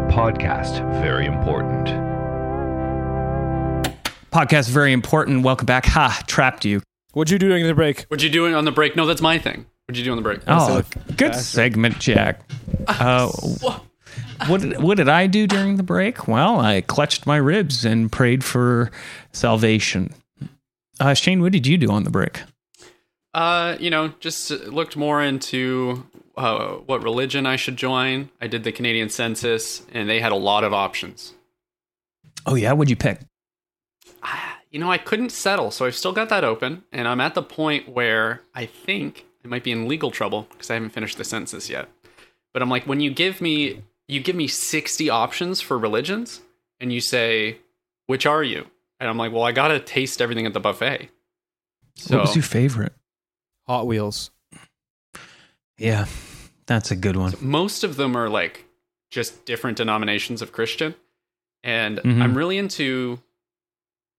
Speaker 9: Podcast very important.
Speaker 1: Podcast very important. Welcome back. Ha, trapped you.
Speaker 3: What'd you do during the break?
Speaker 4: What'd you do on the break? No, that's my thing. What'd you do on the break?
Speaker 1: Oh, good segment, Jack. Uh, what did, what did I do during the break? Well, I clutched my ribs and prayed for salvation. Uh, Shane, what did you do on the break?
Speaker 4: Uh, you know, just looked more into uh, what religion I should join. I did the Canadian census, and they had a lot of options.
Speaker 1: Oh yeah, what'd you pick?
Speaker 4: Ah, You know, I couldn't settle, so I've still got that open, and I'm at the point where I think I might be in legal trouble because I haven't finished the census yet. But I'm like, when you give me you give me 60 options for religions, and you say, which are you? And I'm like, well, I gotta taste everything at the buffet. So
Speaker 1: What was your favorite?
Speaker 3: Hot Wheels.
Speaker 1: Yeah, that's a good one.
Speaker 4: most of them are like just different denominations of Christian, and
Speaker 1: Mhm.
Speaker 4: I'm really into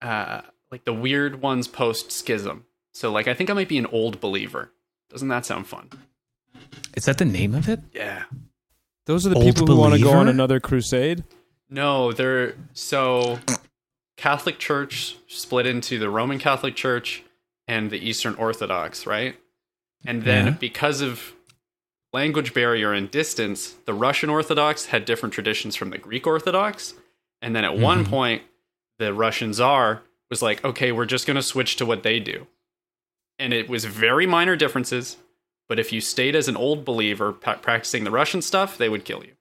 Speaker 4: uh, like the weird ones post schism. So like I think I might be an old believer. Doesn't that sound fun?
Speaker 1: Is that the name of it?
Speaker 4: Yeah.
Speaker 3: Those are the
Speaker 1: Old
Speaker 3: people who want to go on
Speaker 1: believer?
Speaker 3: another crusade.
Speaker 4: No, they're so Catholic Church split into the Roman Catholic Church and the Eastern Orthodox, right? And then
Speaker 1: Yeah.
Speaker 4: because of language barrier and distance, the Russian Orthodox had different traditions from the Greek Orthodox. And then at
Speaker 1: Mm-hmm.
Speaker 4: one point, the Russian czar was like, okay, we're just going to switch to what they do. And it was very minor differences. But if you stayed as an old believer pa- practicing the Russian stuff, they would kill you.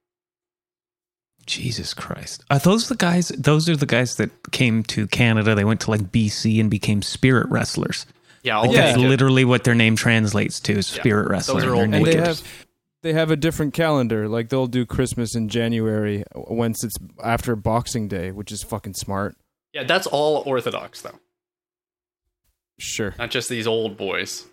Speaker 1: Jesus Christ. Are those the guys? Those are the guys that came to Canada. They went to like BC and became spirit wrestlers.
Speaker 4: Oh, Yeah, I'll
Speaker 1: Like
Speaker 4: take
Speaker 1: that's
Speaker 4: it.
Speaker 1: literally what their name translates to: is
Speaker 4: Yeah.
Speaker 1: spirit wrestler.
Speaker 4: Those are
Speaker 1: and they're
Speaker 4: old
Speaker 3: And
Speaker 1: naked.
Speaker 3: they
Speaker 4: Wicked.
Speaker 3: have they have a different calendar. Like they'll do Christmas in January, once it's after Boxing Day, which is fucking smart.
Speaker 4: Yeah, that's all Orthodox though,
Speaker 3: Sure,
Speaker 4: not just these old boys.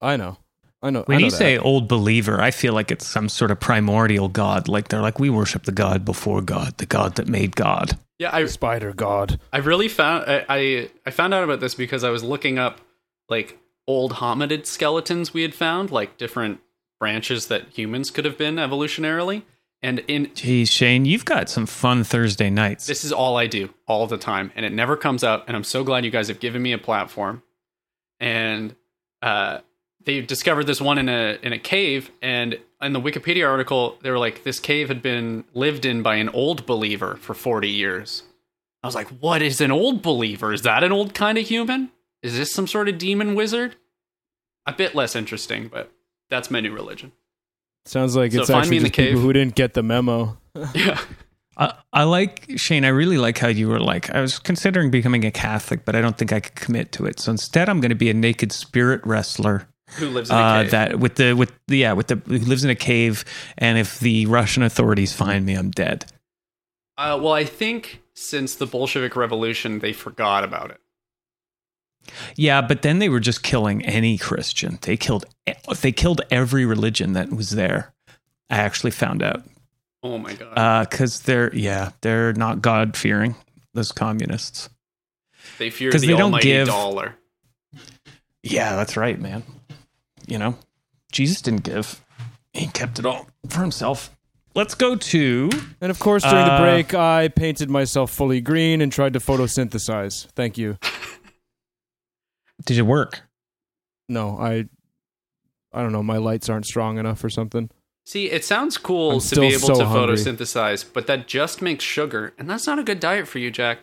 Speaker 3: I know, I know. I
Speaker 1: When
Speaker 3: know
Speaker 1: you
Speaker 3: that.
Speaker 1: say old believer, I feel like it's some sort of primordial god. Like they're like, we worship the god before God, the god that made God.
Speaker 4: Yeah, I
Speaker 3: Spider God,
Speaker 4: I really found I, I I found out about this because I was looking up like old hominid skeletons we had found, like different branches that humans could have been evolutionarily. And in
Speaker 1: Geez, Shane, you've got some fun Thursday nights.
Speaker 4: this is all I do all the time, and it never comes up. And I'm so glad you guys have given me a platform. And uh, they discovered this one in a in a cave, and in the Wikipedia article, they were like, this cave had been lived in by an old believer for 40 years. I was like, what is an old believer? Is that an old kind of human? Is this some sort of demon wizard? A bit less interesting, but that's my new religion.
Speaker 3: sounds like
Speaker 4: So
Speaker 3: it's
Speaker 4: find
Speaker 3: actually
Speaker 4: me in the
Speaker 3: just people
Speaker 4: cave.
Speaker 3: who didn't get the memo.
Speaker 4: Yeah.
Speaker 1: I, I like Shane. I really like how you were like. I was considering becoming a Catholic, but I don't think I could commit to it. So instead, I'm going to be a naked spirit wrestler.
Speaker 4: Who lives in a
Speaker 1: Uh,
Speaker 4: cave?
Speaker 1: that with the with the, yeah with the who lives in a cave, and if the Russian authorities find me, I'm dead.
Speaker 4: Uh, well, I think since the Bolshevik Revolution, they forgot about it.
Speaker 1: Yeah, but then they were just killing any Christian. They killed they killed every religion that was there. I actually found out
Speaker 4: Oh my god!
Speaker 1: Uh, because they're yeah they're not God fearing those communists.
Speaker 4: they fear
Speaker 1: 'cause
Speaker 4: the
Speaker 1: they don't
Speaker 4: almighty
Speaker 1: give-
Speaker 4: dollar.
Speaker 1: Yeah, that's right, man. You know, Jesus didn't give, he kept it all for himself. Let's go to.
Speaker 3: And of course, during
Speaker 1: Uh,
Speaker 3: the break, I painted myself fully green and tried to photosynthesize. Thank you.
Speaker 1: Did it work?
Speaker 3: No, I, I don't know. My lights aren't strong enough or something.
Speaker 4: See, it sounds cool
Speaker 3: I'm
Speaker 4: to be
Speaker 3: still
Speaker 4: able
Speaker 3: so
Speaker 4: to
Speaker 3: hungry.
Speaker 4: photosynthesize, but that just makes sugar, and that's not a good diet for you, Jack.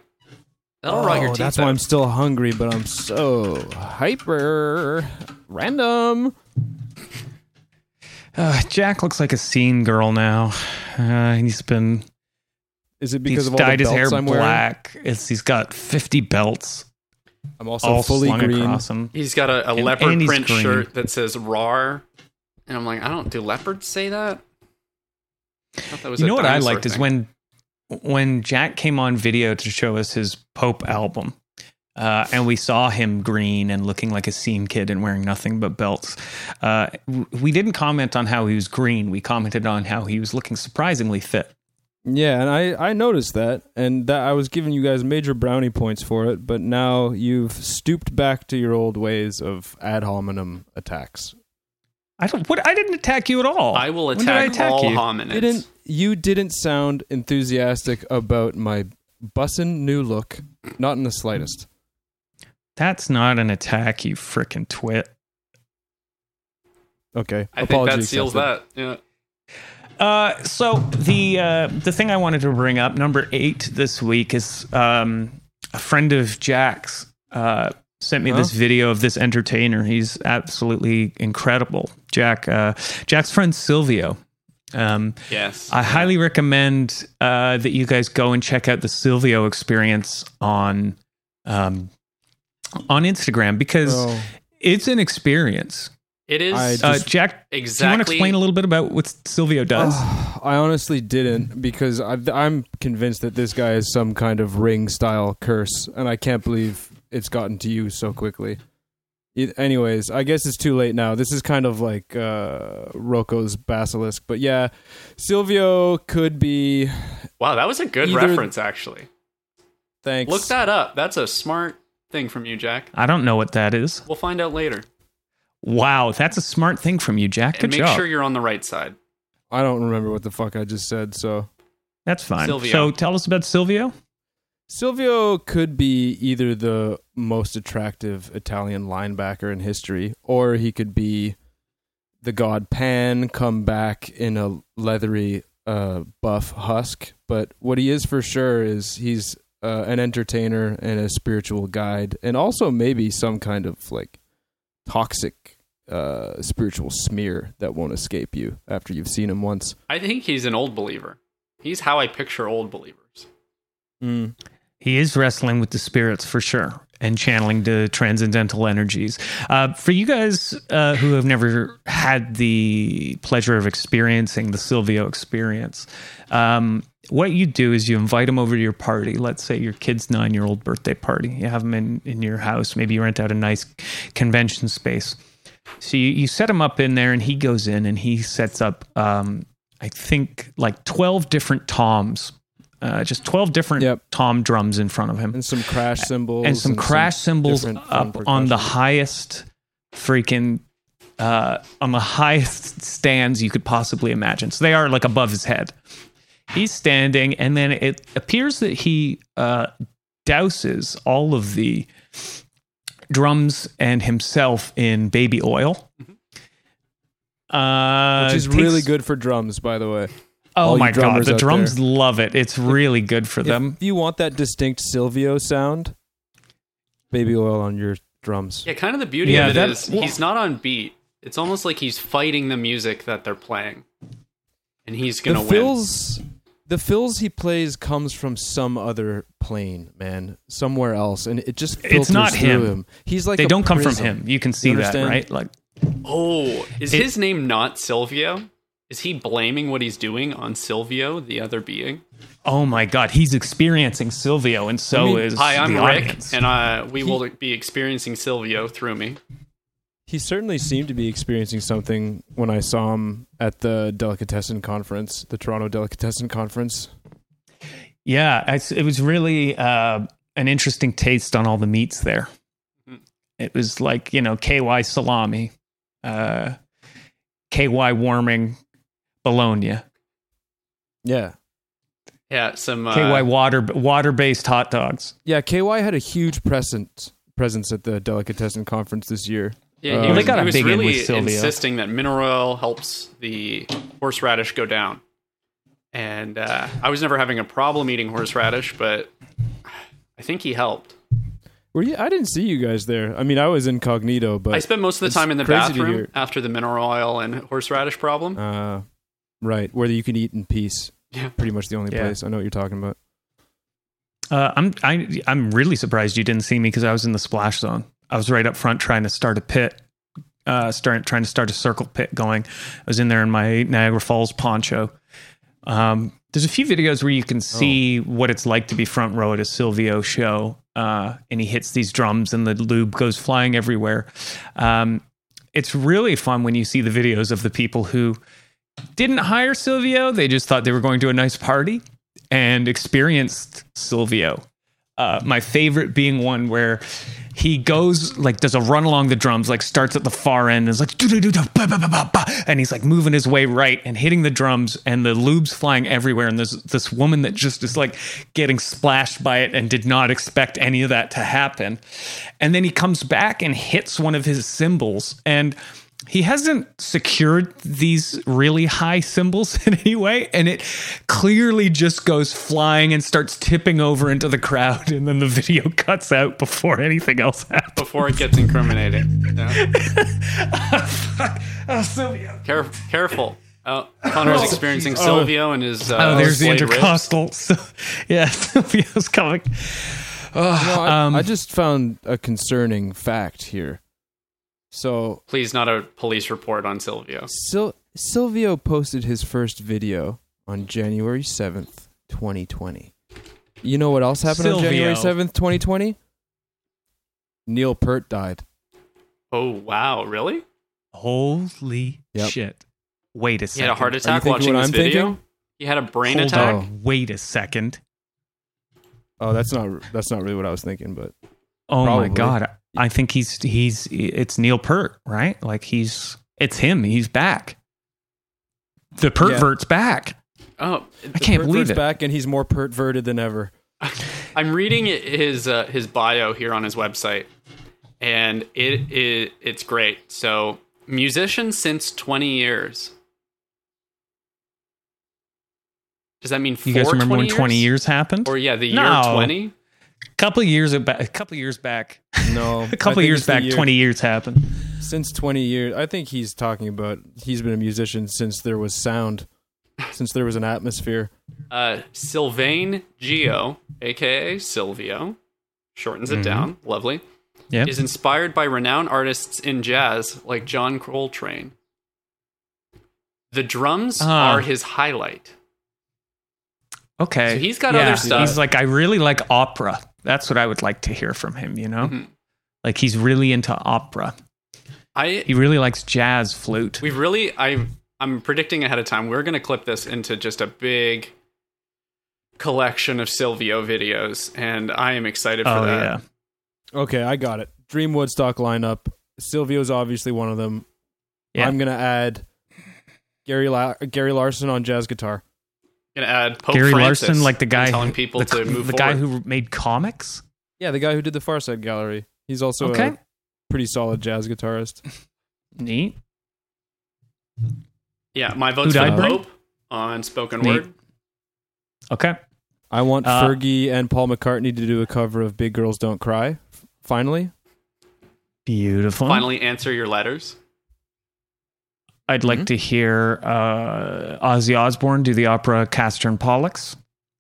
Speaker 10: That'll rot your
Speaker 3: Oh,
Speaker 10: teeth.
Speaker 3: that's why
Speaker 10: out.
Speaker 3: I'm still hungry, but I'm so hyper random.
Speaker 1: Uh, Jack looks like a scene girl now. Uh, he's been
Speaker 3: Is it because
Speaker 1: he's
Speaker 3: of all the
Speaker 1: dyed his
Speaker 3: belts
Speaker 1: hair
Speaker 3: I'm wearing?
Speaker 1: black. It's he's got fifty belts
Speaker 3: I'm also
Speaker 1: all
Speaker 3: fully
Speaker 1: slung
Speaker 3: green.
Speaker 1: across him.
Speaker 4: He's got a, a
Speaker 1: And-
Speaker 4: leopard
Speaker 1: and he's
Speaker 4: print
Speaker 1: green.
Speaker 4: shirt that says "rar," and I'm like, I don't do leopards say that. I thought that was
Speaker 1: you
Speaker 4: a
Speaker 1: know what I
Speaker 4: dinosaur
Speaker 1: liked is
Speaker 4: thing.
Speaker 1: when when Jack came on video to show us his Pope album, uh, and we saw him green and looking like a scene kid and wearing nothing but belts. Uh, w- we didn't comment on how he was green. We commented on how he was looking surprisingly fit.
Speaker 3: Yeah, and I, I noticed that, and that I was giving you guys major brownie points for it, but now you've stooped back to your old ways of ad hominem attacks.
Speaker 1: I don't. What I didn't attack you at all.
Speaker 4: I will
Speaker 1: When did I
Speaker 4: attack,
Speaker 1: attack
Speaker 4: all
Speaker 1: you?
Speaker 4: hominids.
Speaker 3: Didn't you didn't sound enthusiastic about my bussin' new look? Not in the slightest.
Speaker 1: That's not an attack, you frickin' twit.
Speaker 3: Okay,
Speaker 4: I think
Speaker 3: apology
Speaker 4: that seals
Speaker 3: accepted.
Speaker 4: that. Yeah.
Speaker 1: Uh, so the uh, the thing I wanted to bring up, number eight this week, is um, a friend of Jack's uh, sent me
Speaker 3: Oh.
Speaker 1: this video of this entertainer. He's absolutely incredible, Jack. Uh, Jack's friend Silvio. Um,
Speaker 4: Yes.
Speaker 1: I highly recommend uh, that you guys go and check out the Silvio experience on um, on Instagram because
Speaker 3: Oh.
Speaker 1: it's an experience.
Speaker 4: it is
Speaker 3: I
Speaker 1: Uh,
Speaker 3: Just-
Speaker 1: Jack, do you want to
Speaker 4: exactly.
Speaker 1: explain a little bit about what Silvio does?
Speaker 3: I honestly didn't because I, I'm convinced that this guy is some kind of ring style curse, and I can't believe it's gotten to you so quickly. E- anyways, I guess it's too late now. This is kind of like uh, Rocco's basilisk, but yeah, Silvio could be.
Speaker 4: wow, that was a good
Speaker 3: either-
Speaker 4: reference, actually.
Speaker 3: Thanks.
Speaker 4: Look that up. That's a smart thing from you, Jack.
Speaker 1: I don't know what that is.
Speaker 4: We'll find out later.
Speaker 1: Wow, that's a smart thing from you, Jack. Good
Speaker 4: and make
Speaker 1: job.
Speaker 4: sure you're on the right side.
Speaker 3: I don't remember what the fuck I just said. So
Speaker 1: that's fine.
Speaker 4: Silvio.
Speaker 1: So tell us about Silvio.
Speaker 3: Silvio could be either the most attractive Italian linebacker in history, or he could be the god Pan come back in a leathery uh, buff husk. But what he is for sure is he's uh, an entertainer and a spiritual guide, and also maybe some kind of like toxic uh, spiritual smear that won't escape you after you've seen him once.
Speaker 4: I think he's an old believer. He's how I picture old believers.
Speaker 1: He is wrestling with the spirits for sure and channeling the transcendental energies. Uh, for you guys uh, who have never had the pleasure of experiencing the Silvio experience, um, what you do is you invite him over to your party. Let's say your kid's nine year old birthday party. You have him in, in your house. Maybe you rent out a nice convention space. So you, you set him up in there, and he goes in and he sets up, um, I think, like 12 different toms, uh, just 12 different
Speaker 3: Yep.
Speaker 1: tom drums in front of him
Speaker 3: And some crash cymbals
Speaker 1: and some crash cymbals
Speaker 3: different
Speaker 1: up
Speaker 3: fun
Speaker 1: on the
Speaker 3: percussion.
Speaker 1: highest freaking uh, on the highest stands you could possibly imagine. So they are like above his head. He's standing, and then it appears that he uh, douses all of the drums and himself in baby oil. Uh,
Speaker 3: Mm-hmm. which is
Speaker 1: takes-
Speaker 3: really good for drums, by the way. all
Speaker 1: Oh
Speaker 3: you
Speaker 1: my god,
Speaker 3: drummers
Speaker 1: the
Speaker 3: out
Speaker 1: drums
Speaker 3: there.
Speaker 1: love it. It's really good for them.
Speaker 3: If you want that distinct Silvio sound, baby oil on your drums.
Speaker 4: Yeah, kind of the beauty
Speaker 1: Yeah,
Speaker 4: of it
Speaker 1: that-
Speaker 4: is he's not on beat. It's almost like he's fighting the music that they're playing, and he's
Speaker 3: the
Speaker 4: gonna win.
Speaker 3: fills, the fills he plays comes from some other plane, man, somewhere else, and it just filters
Speaker 1: It's not
Speaker 3: through
Speaker 1: him.
Speaker 3: He's like
Speaker 1: They
Speaker 3: a
Speaker 1: don't come from
Speaker 3: prism.
Speaker 1: him. You can see that,
Speaker 3: understand?
Speaker 1: right? Like
Speaker 4: Oh, is
Speaker 1: It-
Speaker 4: his name not Silvio? Is he blaming what he's doing on Silvio, the other being?
Speaker 1: Oh my God, he's experiencing Silvio, and so is
Speaker 4: Hi, I'm
Speaker 1: the
Speaker 4: Rick,
Speaker 1: audience.
Speaker 4: and uh, we will be experiencing Silvio through me.
Speaker 3: He certainly seemed to be experiencing something when I saw him at the delicatessen conference, the Toronto delicatessen conference.
Speaker 1: yeah, it's, it was really uh, an interesting taste on all the meats there.
Speaker 4: Mm-hmm.
Speaker 1: It was like you know KY salami, uh, KY warming bologna,
Speaker 3: Yeah,
Speaker 4: Yeah, some uh,
Speaker 1: KY water water based hot dogs.
Speaker 3: yeah. KY had a huge presence presence at the delicatessen conference this year.
Speaker 4: Yeah,
Speaker 3: Uh,
Speaker 4: he
Speaker 3: Well,
Speaker 4: was,
Speaker 3: they
Speaker 1: gotta
Speaker 4: he was
Speaker 1: dig in with
Speaker 4: really
Speaker 1: Silvio.
Speaker 4: insisting that mineral oil helps the horseradish go down. And uh, I was never having a problem eating horseradish, but I think he helped.
Speaker 3: Were you? I didn't see you guys there. I mean, I was incognito, but
Speaker 4: I spent most of the
Speaker 3: it's
Speaker 4: time in the
Speaker 3: crazy to
Speaker 4: bathroom
Speaker 3: hear.
Speaker 4: after the mineral oil and horseradish problem.
Speaker 3: Uh, right, where you can eat in peace.
Speaker 4: Yeah.
Speaker 3: Pretty much the only
Speaker 1: Yeah.
Speaker 3: place. I know what you're talking about.
Speaker 1: Uh, I'm I, I'm really surprised you didn't see me because I was in the splash zone. I was right up front trying to start a pit, uh, start trying to start a circle pit going. I was in there in my Niagara Falls poncho. Um, there's a few videos where you can see what it's like to be front row at a Silvio show, uh, and he hits these drums and the lube goes flying everywhere. Um, it's really fun when you see the videos of the people who didn't hire Silvio. They just thought they were going to a nice party and experienced Silvio. Uh, my favorite being one where he goes like does a run along the drums, like starts at the far end and is like doo doo doo doo, ba ba ba ba ba, and he's like moving his way right and hitting the drums and the lubes flying everywhere and there's this woman that just is like getting splashed by it and did not expect any of that to happen, and then he comes back and hits one of his cymbals and he hasn't secured these really high cymbals in any way and it clearly just goes flying and starts tipping over into the crowd and then the video cuts out before anything else happens
Speaker 4: Before it gets incriminated. Yeah.
Speaker 1: oh silvio
Speaker 4: Caref- careful. Oh, Connor's experiencing Silvio and his. Uh,
Speaker 1: oh there's the
Speaker 4: slayed wrist.
Speaker 1: intercostal so, yeah silvio's coming
Speaker 3: No, I,
Speaker 1: Um,
Speaker 3: I just found a concerning fact here. So
Speaker 4: Please, not a police report on Silvio.
Speaker 3: Sil- Silvio posted his first video on January 7th, 2020. You know what else happened on January
Speaker 1: Silvio.
Speaker 3: 7th, 2020? Neil Peart died.
Speaker 4: Oh wow, really?
Speaker 1: holy
Speaker 3: Yep.
Speaker 1: shit wait a
Speaker 4: He
Speaker 1: second
Speaker 4: had a heart attack
Speaker 3: thinking
Speaker 4: watching
Speaker 3: what
Speaker 4: this
Speaker 3: I'm
Speaker 4: video.
Speaker 3: thinking?
Speaker 4: He had a brain
Speaker 1: Hold
Speaker 4: attack.
Speaker 3: on.
Speaker 1: on. wait a second
Speaker 3: Oh, that's not that's not really what I was thinking, but
Speaker 1: oh
Speaker 3: Probably.
Speaker 1: my god i think he's he's it's neil pert right like he's it's him he's back the pervert's back
Speaker 4: Oh,
Speaker 1: I can't believe
Speaker 3: Pertvert's
Speaker 1: it.
Speaker 3: back and he's more perverted than ever.
Speaker 4: I'm reading his uh, his bio here on his website, and it, it it's great. So, musician since 20 years. Does that mean
Speaker 1: You guys
Speaker 4: for
Speaker 1: remember when 20
Speaker 4: years?
Speaker 1: years happened?
Speaker 4: or yeah, the year
Speaker 1: No.
Speaker 4: 20?
Speaker 1: a couple of years back, a couple of years back,
Speaker 3: No,
Speaker 1: a couple of years back, 20 years happened.
Speaker 3: since 20 years. I think he's talking about he's been a musician since there was sound, since there was an atmosphere.
Speaker 4: Uh, Sylvain Geo, aka Silvio, shortens
Speaker 1: Mm-hmm.
Speaker 4: it down. Lovely.
Speaker 1: Yeah.
Speaker 4: Is inspired by renowned artists in jazz like John Coltrane. The drums
Speaker 1: Ah.
Speaker 4: are his highlight.
Speaker 1: Okay.
Speaker 4: So he's got other stuff.
Speaker 1: He's like, I really like opera. That's what I would like to hear from him, you know?
Speaker 4: Mhm.
Speaker 1: Like he's really into opera.
Speaker 4: I
Speaker 1: He really likes jazz flute.
Speaker 4: We've really I I'm predicting ahead of time we're going to clip this into just a big collection of Silvio videos and I am excited for
Speaker 1: oh,
Speaker 4: that.
Speaker 1: yeah.
Speaker 3: Okay, I got it. Dream Woodstock lineup. Silvio's obviously one of them.
Speaker 1: Yeah.
Speaker 3: I'm gonna add Gary La- Gary Larson on jazz guitar.
Speaker 4: Going to add Pope
Speaker 1: Gary
Speaker 4: Francis
Speaker 1: Larson, like the
Speaker 4: and
Speaker 1: guy
Speaker 4: telling
Speaker 1: who-
Speaker 4: people
Speaker 1: the,
Speaker 4: to move
Speaker 1: the guy
Speaker 4: forward.
Speaker 1: who made comics.
Speaker 3: Yeah, the guy who did the Far Side Gallery. He's also
Speaker 1: Okay.
Speaker 3: a pretty solid jazz guitarist.
Speaker 1: Neat.
Speaker 4: Yeah, my vote's
Speaker 1: Who
Speaker 4: for
Speaker 1: died, Brian?
Speaker 4: Pope on spoken
Speaker 1: Neat.
Speaker 4: word.
Speaker 1: Okay.
Speaker 3: I want
Speaker 1: Uh,
Speaker 3: Fergie and Paul McCartney to do a cover of Big Girls Don't Cry. f- Finally,
Speaker 1: Beautiful.
Speaker 4: Finally answer your letters.
Speaker 1: I'd
Speaker 4: Mm-hmm.
Speaker 1: like to hear uh, Ozzy Osbourne do the opera Castor and Pollux.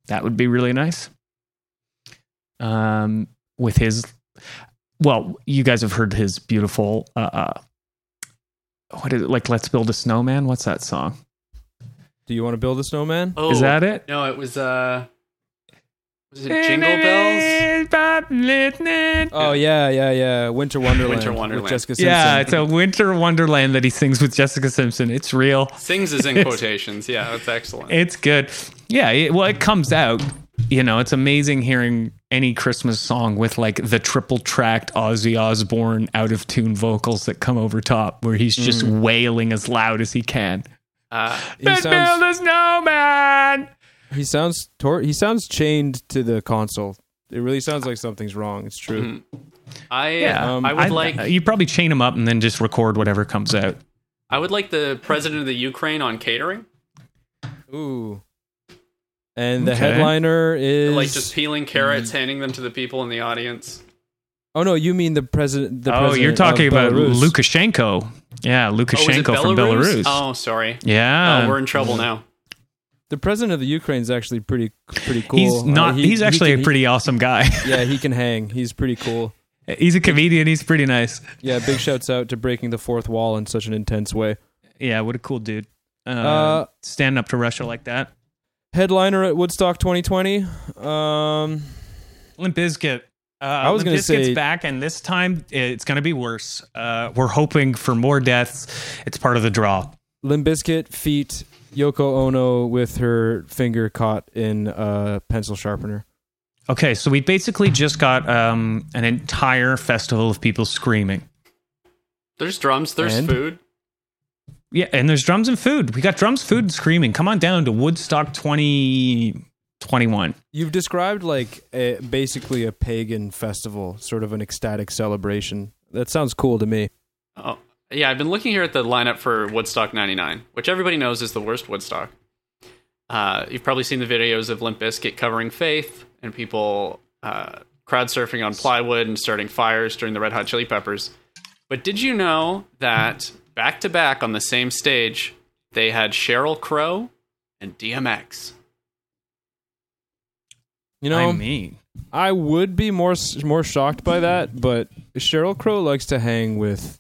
Speaker 1: That would be really nice. Um, with his, well, you guys have heard his beautiful, uh, uh, what is it like? Let's build a snowman. What's that song?
Speaker 3: do you want to build a snowman?
Speaker 4: Oh.
Speaker 1: Is that it?
Speaker 4: No, it was uh was it Jingle Bells?
Speaker 3: Oh yeah, yeah, yeah. Winter Wonderland.
Speaker 4: Winter Wonderland.
Speaker 3: With Jessica Simpson.
Speaker 1: Yeah, it's a winter wonderland that he sings with Jessica Simpson. It's real.
Speaker 4: Sings is in quotations. Yeah, that's excellent.
Speaker 1: It's good. Yeah. It, well, it comes out. You know, it's amazing hearing any Christmas song with like the triple tracked Ozzy Osbourne out of tune vocals that come over top, where he's just wailing as loud as he can.
Speaker 4: Uh,
Speaker 3: he
Speaker 1: Let's
Speaker 3: sounds
Speaker 1: build a snowman.
Speaker 3: he sounds tor- he sounds chained to the console. It really sounds like something's wrong. It's true.
Speaker 4: I
Speaker 1: Yeah, um,
Speaker 4: I would like
Speaker 1: you probably chain him up and then just record whatever comes out. Mm-hmm.
Speaker 4: I would like the president of the Ukraine on catering.
Speaker 3: Ooh. and the
Speaker 11: Okay.
Speaker 3: headliner is
Speaker 4: like just peeling carrots, handing them to the people in the audience.
Speaker 3: Oh no, you mean the president? The
Speaker 1: oh, you're
Speaker 3: president
Speaker 1: talking
Speaker 3: of
Speaker 1: about
Speaker 3: Belarus.
Speaker 1: Lukashenko. Yeah,
Speaker 4: Oh, is it
Speaker 1: Lukashenko from Belarus.
Speaker 4: Oh, sorry.
Speaker 1: yeah.
Speaker 4: oh, we're in trouble now.
Speaker 3: The president of the Ukraine is actually pretty pretty cool.
Speaker 1: he's not.
Speaker 3: Uh, he-
Speaker 1: he's
Speaker 3: he
Speaker 1: actually
Speaker 3: can-
Speaker 1: a pretty awesome guy.
Speaker 3: he- yeah, he can hang. He's pretty cool.
Speaker 1: he's a comedian. He's pretty nice.
Speaker 3: Yeah, big shouts out to breaking the fourth wall in such an intense way.
Speaker 1: Yeah, what a cool dude. Uh,
Speaker 3: Uh,
Speaker 1: standing up to Russia like that.
Speaker 3: Headliner at Woodstock 2020. Um,
Speaker 1: Limp Bizkit. Uh, I
Speaker 3: was
Speaker 1: Limp
Speaker 3: gonna
Speaker 1: Bizkit's
Speaker 3: say-
Speaker 1: back, and this time it's going to be worse. Uh, we're hoping for more deaths. It's part of the draw.
Speaker 3: Limp Bizkit feat Yoko Ono with her finger caught in a pencil sharpener.
Speaker 1: Okay, so we basically just got um, an entire festival of people screaming.
Speaker 4: There's drums. There's
Speaker 3: And?
Speaker 4: food.
Speaker 1: Yeah, and there's drums and food. We got drums, food, and screaming. Come on down to Woodstock 2021.
Speaker 3: You've described like a, basically a pagan festival, sort of an ecstatic celebration. That sounds cool to me.
Speaker 4: Oh, yeah. I've been looking here at the lineup for Woodstock '99, which everybody knows is the worst Woodstock. Uh, you've probably seen the videos of Limp Bizkit covering Faith and people uh, crowd surfing on plywood and starting fires during the Red Hot Chili Peppers. But did you know that back to back on the same stage, they had Cheryl Crow and DMX?
Speaker 3: You know,
Speaker 1: I mean,
Speaker 3: I would be more s- more shocked by that, but Cheryl Crow likes to hang with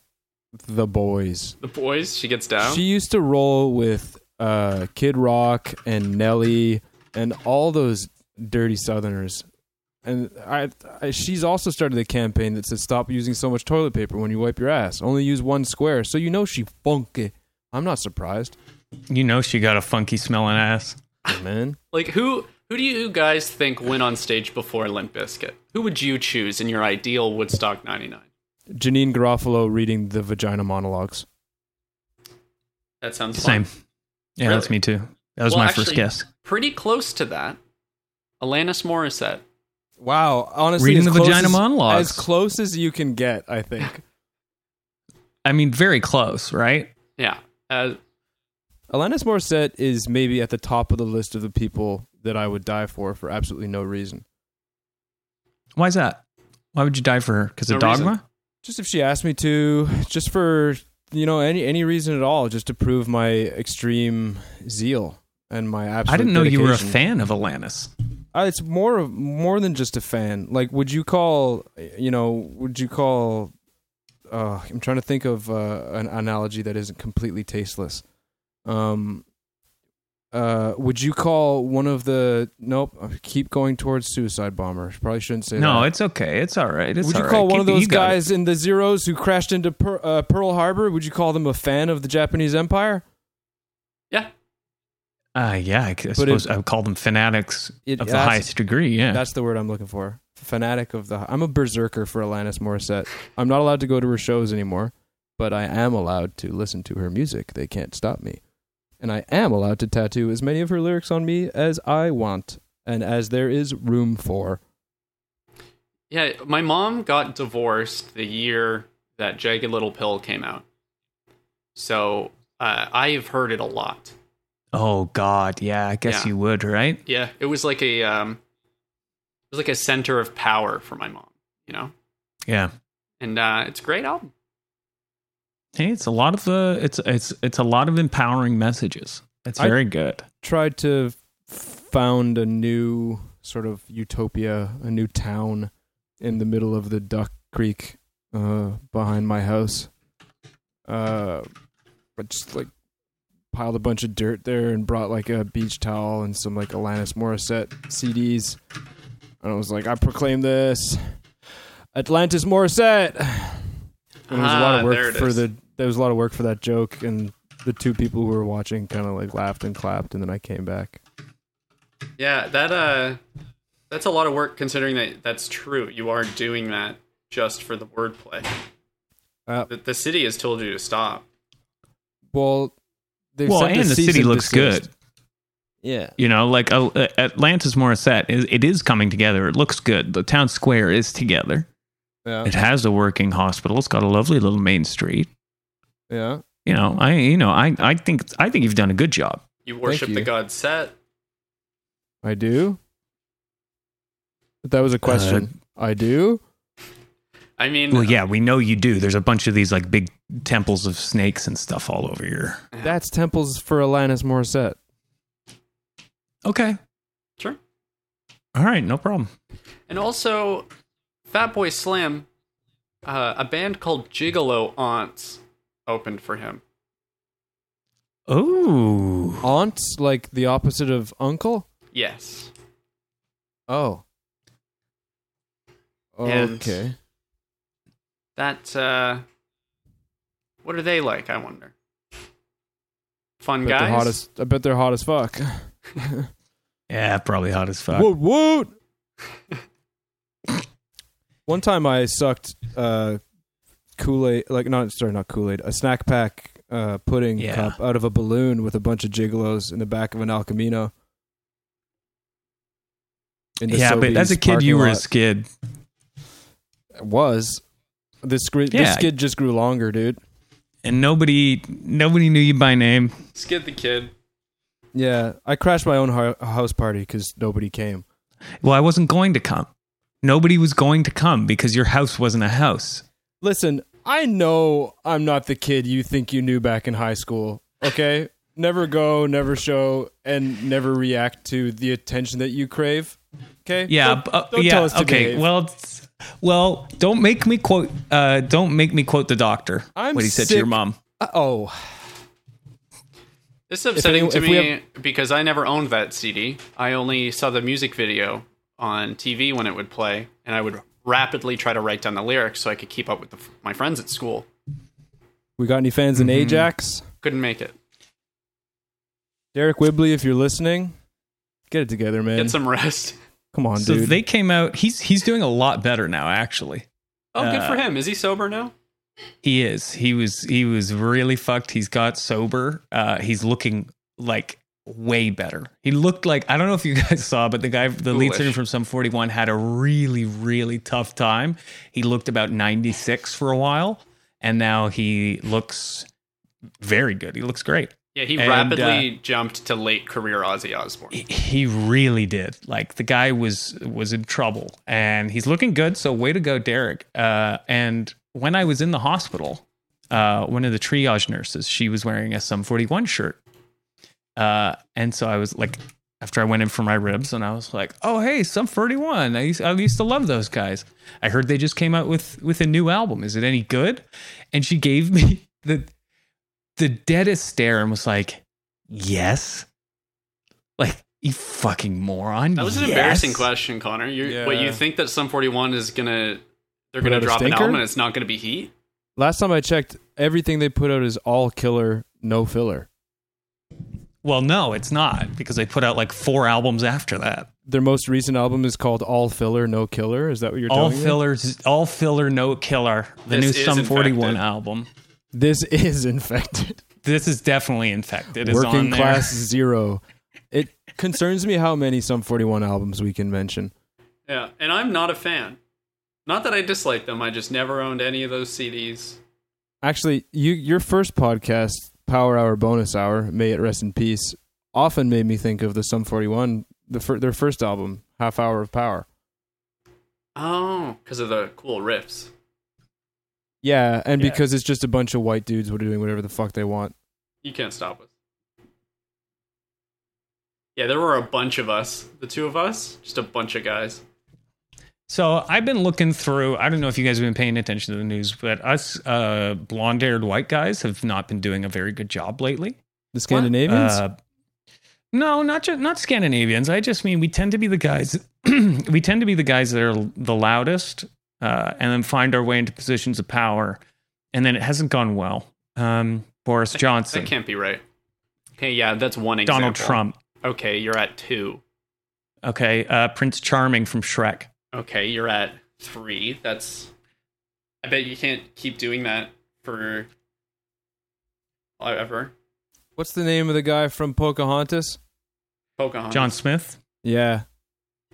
Speaker 3: the boys.
Speaker 4: The boys, she gets down.
Speaker 3: She used to roll with uh, Kid Rock and Nelly and all those dirty Southerners. And I, I, she's also started a campaign that says stop using so much toilet paper when you wipe your ass. Only use one square. So you know she funky. I'm not surprised,
Speaker 1: you know she got a funky smelling ass.
Speaker 3: man.
Speaker 4: Like who who do you guys think went on stage before Limp Bizkit? Who would you choose in your ideal Woodstock 99?
Speaker 3: Janine Garofalo reading the vagina monologues.
Speaker 4: That sounds
Speaker 1: Same.
Speaker 4: fun.
Speaker 1: Yeah,
Speaker 4: Really?
Speaker 1: that's me too. That was
Speaker 4: Well,
Speaker 1: my first
Speaker 4: actually-
Speaker 1: guess.
Speaker 4: Pretty close to that. Alanis Morissette.
Speaker 3: Wow, honestly,
Speaker 1: Reading
Speaker 3: as
Speaker 1: the
Speaker 3: close
Speaker 1: vagina
Speaker 3: as-
Speaker 1: monologues.
Speaker 3: as close as you can get, I think.
Speaker 1: I mean, very close, right?
Speaker 4: Yeah. Uh,
Speaker 3: Alanis Morissette is maybe at the top of the list of the people that I would die for for absolutely no reason.
Speaker 1: Why's that? Why would you die for her? Because
Speaker 4: No
Speaker 1: of dogma?
Speaker 4: reason.
Speaker 3: Just if she asked me to, just for you know any any reason at all, just to prove my extreme zeal and my absolute.
Speaker 1: I didn't know you were a
Speaker 3: dedication.
Speaker 1: fan of Alanis.
Speaker 3: Uh, it's more of more than just a fan. Like, would you call you know? Would you call? Uh, I'm trying to think of uh, an analogy that isn't completely tasteless. Um, uh, would you call one of the? Nope. I Keep going towards suicide bomber. Probably shouldn't say
Speaker 1: No,
Speaker 3: that.
Speaker 1: it's okay. It's all right. It's
Speaker 3: would you
Speaker 1: all right.
Speaker 3: call one
Speaker 1: Keep
Speaker 3: of
Speaker 1: it- you
Speaker 3: those
Speaker 1: got it.
Speaker 3: guys in the zeros who crashed into per, uh, Pearl Harbor? Would you call them a fan of the Japanese Empire?
Speaker 4: yeah.
Speaker 1: Uh, yeah, I c- I suppose I would call them fanatics
Speaker 3: It-
Speaker 1: of the
Speaker 3: that's-
Speaker 1: highest degree. Yeah.
Speaker 3: That's the word I'm looking for. Fanatic of the. I'm a berserker for Alanis Morissette. I'm not allowed to go to her shows anymore, but I am allowed to listen to her music. They can't stop me. And I am allowed to tattoo as many of her lyrics on me as I want and as there is room for.
Speaker 4: Yeah, my mom got divorced the year that Jagged Little Pill came out. So, uh, I've heard it a lot.
Speaker 1: oh, God. Yeah, I guess
Speaker 4: Yeah.
Speaker 1: you would, right?
Speaker 4: Yeah, it was like a um it was like a center of power for my mom, you know?
Speaker 1: Yeah.
Speaker 4: And uh it's a great album.
Speaker 1: Hey, it's a lot of uh, it's it's it's a lot of empowering messages. That's
Speaker 3: I-
Speaker 1: very good.
Speaker 3: Tried to found a new sort of utopia, a new town in the middle of the Duck Creek uh, behind my house. Uh, but just like piled a bunch of dirt there and brought like a beach towel and some like Alanis Morissette CDs. And I was like, I proclaim this Atlantis Morissette. And there was a lot
Speaker 4: Ah,
Speaker 3: of
Speaker 4: there it
Speaker 3: work for
Speaker 4: is.
Speaker 3: the there was a lot of work for that joke and the two people who were watching kind of like laughed and clapped and then I came back.
Speaker 4: Yeah, that uh that's a lot of work considering that that's true. You are doing that just for the wordplay.
Speaker 3: Uh,
Speaker 4: The, the city has told you to stop.
Speaker 3: Well, they've
Speaker 1: Well,
Speaker 3: sent a
Speaker 1: and the
Speaker 3: cease
Speaker 1: city
Speaker 3: and
Speaker 1: looks
Speaker 3: desist.
Speaker 1: good.
Speaker 3: Yeah.
Speaker 1: You know, like uh, uh, Atlantis Morissette, is, it is coming together. It looks good. The town square is together.
Speaker 3: Yeah.
Speaker 1: It has a working hospital. It's got a lovely little main street.
Speaker 3: Yeah.
Speaker 1: You know, I you know, I I think I think you've done a good job.
Speaker 4: You worship
Speaker 3: you.
Speaker 4: the god Set.
Speaker 3: I do. But
Speaker 1: Uh,
Speaker 3: that was a question. I do.
Speaker 4: I mean,
Speaker 1: Well, yeah, we know you do. There's a bunch of these like big temples of snakes and stuff all over here.
Speaker 3: That's temples for Alanis Morissette.
Speaker 1: Okay.
Speaker 4: Sure.
Speaker 1: All right, no problem.
Speaker 4: And also, Fatboy Slim, uh, a band called Gigolo Aunts opened for him.
Speaker 1: Oh,
Speaker 3: Aunts, like the opposite of uncle.
Speaker 4: Yes.
Speaker 3: Oh.
Speaker 4: And-
Speaker 3: Okay.
Speaker 4: That, uh, what are they like, I wonder? Fun
Speaker 3: Bet they're
Speaker 4: guys?
Speaker 3: hot as, I bet they're hot as fuck.
Speaker 1: yeah, probably hot as fuck.
Speaker 3: Woot woot. One time I sucked uh, Kool Aid, like not sorry, not Kool Aid, a snack pack uh, pudding
Speaker 1: Yeah.
Speaker 3: cup out of a balloon with a bunch of gigolos in the back of an Al Camino. In the
Speaker 1: yeah, but as a
Speaker 3: Sobeys
Speaker 1: kid, you
Speaker 3: parking
Speaker 1: were a
Speaker 3: lot.
Speaker 1: skid.
Speaker 3: was this gr-
Speaker 1: Yeah.
Speaker 3: this kid just grew longer, dude.
Speaker 1: and nobody nobody knew you by name.
Speaker 4: Skid the Kid.
Speaker 3: Yeah, I crashed my own ho- house party because nobody came.
Speaker 1: Well, I wasn't going to come. Nobody was going to come because your house wasn't a house.
Speaker 3: Listen, I know I'm not the kid you think you knew back in high school. Okay, never go, never show, and never react to the attention that you crave. Okay,
Speaker 1: Yeah,
Speaker 3: Don't,
Speaker 1: uh,
Speaker 3: don't
Speaker 1: yeah.
Speaker 3: tell us to
Speaker 1: okay.
Speaker 3: behave.
Speaker 1: Well, it's- well, don't make me quote. Uh, don't make me quote the doctor.
Speaker 3: I'm
Speaker 1: what he said to your
Speaker 3: sick.
Speaker 1: mom.
Speaker 3: Uh, oh,
Speaker 4: This is upsetting
Speaker 3: any-
Speaker 4: to
Speaker 3: if we
Speaker 4: me because I never owned that CD. I only saw the music video on TV when it would play, and I would rapidly try to write down the lyrics so I could keep up with the, f- my friends at school.
Speaker 3: we got any fans
Speaker 1: Mm-hmm.
Speaker 3: in Ajax?
Speaker 4: Couldn't make it.
Speaker 3: Derek Wibley, if you're listening, get it together, man.
Speaker 4: Get some rest.
Speaker 3: Come on,
Speaker 1: So
Speaker 3: dude.
Speaker 1: they came out. He's he's doing a lot better now. Actually,
Speaker 4: Oh, good for him. Is he sober now?
Speaker 1: he is. He was he was really fucked. He's got sober. Uh, he's looking like way better. He looked like I don't know if you guys saw, but the guy, the lead
Speaker 4: Foolish.
Speaker 1: singer from Sum Forty One, had a really really tough time. He looked about ninety six for a while, and now he looks very good. He looks great.
Speaker 4: Yeah, he
Speaker 1: And,
Speaker 4: rapidly jumped to late career Ozzy Osbourne.
Speaker 1: He- He really did. Like the guy was was in trouble, and he's looking good. So way to go, Derek. Uh, and when I was in the hospital, uh, one of the triage nurses, she was wearing a Sum Forty One shirt, uh, and so I was like, after I went in for my ribs, and I was like, oh hey, Sum Forty One. I used, I used to love those guys. I heard they just came out with with a new album. Is it any good? And she gave me the the deadest stare and was like, yes. Like, you fucking moron.
Speaker 4: That was an
Speaker 1: yes.
Speaker 4: embarrassing question, Connor. You, What
Speaker 3: Yeah.
Speaker 4: you think that Sum 41 is gonna they're
Speaker 3: Put
Speaker 4: gonna
Speaker 3: out a
Speaker 4: drop an
Speaker 3: stinker?
Speaker 4: album and it's not gonna be heat?
Speaker 3: Last time I checked, everything they put out is all killer, no filler.
Speaker 1: Well, no, it's not because they put out like four albums after that.
Speaker 3: Their most recent album is called All Filler, No Killer. Is that what you're
Speaker 1: all
Speaker 3: telling me?
Speaker 1: fillers, all filler, no killer. The
Speaker 4: This
Speaker 1: new
Speaker 4: is
Speaker 1: Sum 41
Speaker 4: infected.
Speaker 1: album.
Speaker 3: This is infected.
Speaker 1: This is definitely infected. It's on
Speaker 3: Working
Speaker 1: there.
Speaker 3: class zero. It concerns me how many Sum 41 albums we can mention.
Speaker 4: Yeah, and I'm not a fan. Not that I dislike them. I just never owned any of those CDs.
Speaker 3: Actually, you your first podcast, Power Hour Bonus Hour, may it rest in peace, often made me think of the Sum 41, the fir- their first album, Half Hour of Power.
Speaker 4: Oh, because of the cool riffs.
Speaker 3: Yeah, and
Speaker 1: Yeah.
Speaker 3: because it's just a bunch of white dudes who are doing whatever the fuck they want.
Speaker 4: You can't stop us. Yeah, there were a bunch of us. The two of us, just a bunch of guys.
Speaker 1: So I've been looking through. I don't know if you guys have been paying attention to the news, but us uh, blonde-haired white guys have not been doing a very good job lately.
Speaker 3: The Scandinavians?
Speaker 1: Uh, no, not ju- not Scandinavians. I just mean we tend to be the guys. we tend to be the guys that are l- the loudest, uh, and then find our way into positions of power, and then it hasn't gone well. Um, Boris Johnson,
Speaker 4: That can't be right. Okay, yeah, that's one example.
Speaker 1: Donald Trump,
Speaker 4: Okay, you're at two.
Speaker 1: okay, uh, Prince Charming from Shrek.
Speaker 4: Okay, you're at three. That's. I bet you can't keep doing that for. Ever.
Speaker 3: What's the name of the guy from Pocahontas?
Speaker 4: Pocahontas.
Speaker 1: John Smith,
Speaker 3: Yeah.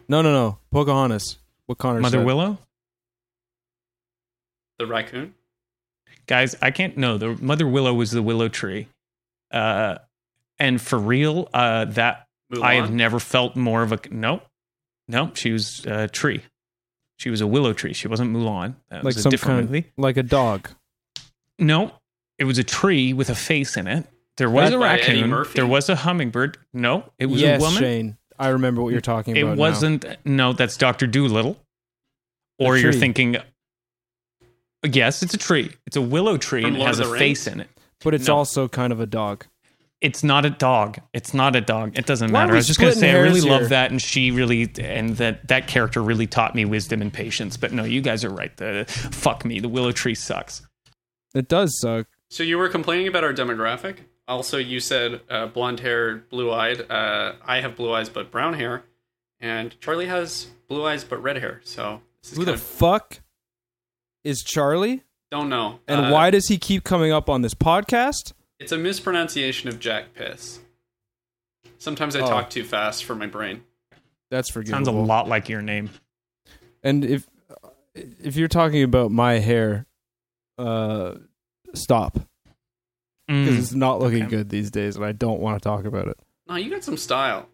Speaker 3: No, no, no. Pocahontas. What Connor
Speaker 1: Mother
Speaker 3: said.
Speaker 1: Willow.
Speaker 4: The raccoon.
Speaker 1: guys i can't no the mother willow was the willow tree uh and for real uh that
Speaker 4: Mulan.
Speaker 1: I have never felt more of a no, no. She was a tree. She was a willow tree. She wasn't Mulan. That
Speaker 3: Like
Speaker 1: was a
Speaker 3: some
Speaker 1: different
Speaker 3: kind
Speaker 1: movie.
Speaker 3: like a dog.
Speaker 1: No, it was a tree with a face in it. There was
Speaker 4: That-
Speaker 1: a
Speaker 4: by Eddie
Speaker 1: raccoon.
Speaker 4: Murphy.
Speaker 1: There was a hummingbird. No, it was
Speaker 3: yes,
Speaker 1: a woman.
Speaker 3: Shane. I remember what you're talking about.
Speaker 1: It
Speaker 3: now.
Speaker 1: wasn't. No, that's Doctor Doolittle. Or you're
Speaker 3: tree.
Speaker 1: thinking. Yes, it's a tree. It's a willow tree
Speaker 4: From
Speaker 1: and
Speaker 4: Lord
Speaker 1: it has
Speaker 4: of
Speaker 1: a
Speaker 4: the
Speaker 1: face in it.
Speaker 3: but it's
Speaker 1: no.
Speaker 3: also kind of a dog.
Speaker 1: It's not a dog. It's not a dog. It doesn't
Speaker 3: Why are
Speaker 1: matter.
Speaker 3: we
Speaker 1: I was just gonna
Speaker 3: splitting
Speaker 1: say I really
Speaker 3: hairs here?
Speaker 1: love that, and she really and that that character really taught me wisdom and patience. But no, you guys are right. The fuck me. The willow tree sucks.
Speaker 3: It does suck.
Speaker 4: So you were complaining about our demographic. Also, you said uh, blonde hair, blue eyed. Uh, I have blue eyes but brown hair, and Charlie has blue eyes but red hair. So this is
Speaker 3: Who
Speaker 4: kind
Speaker 3: the
Speaker 4: of,
Speaker 3: fuck is Charlie?
Speaker 4: don't know.
Speaker 3: And
Speaker 4: Uh,
Speaker 3: why does he keep coming up on this podcast?
Speaker 4: It's a mispronunciation of Jack Piss. Sometimes I
Speaker 3: Oh.
Speaker 4: talk too fast for my brain.
Speaker 3: That's forgivable.
Speaker 1: Sounds a lot like your name.
Speaker 3: And if if you're talking about my hair, uh, stop
Speaker 1: Mm.
Speaker 3: because it's not looking
Speaker 1: Okay.
Speaker 3: good these days, and I don't want to talk about it.
Speaker 4: No, you got some style.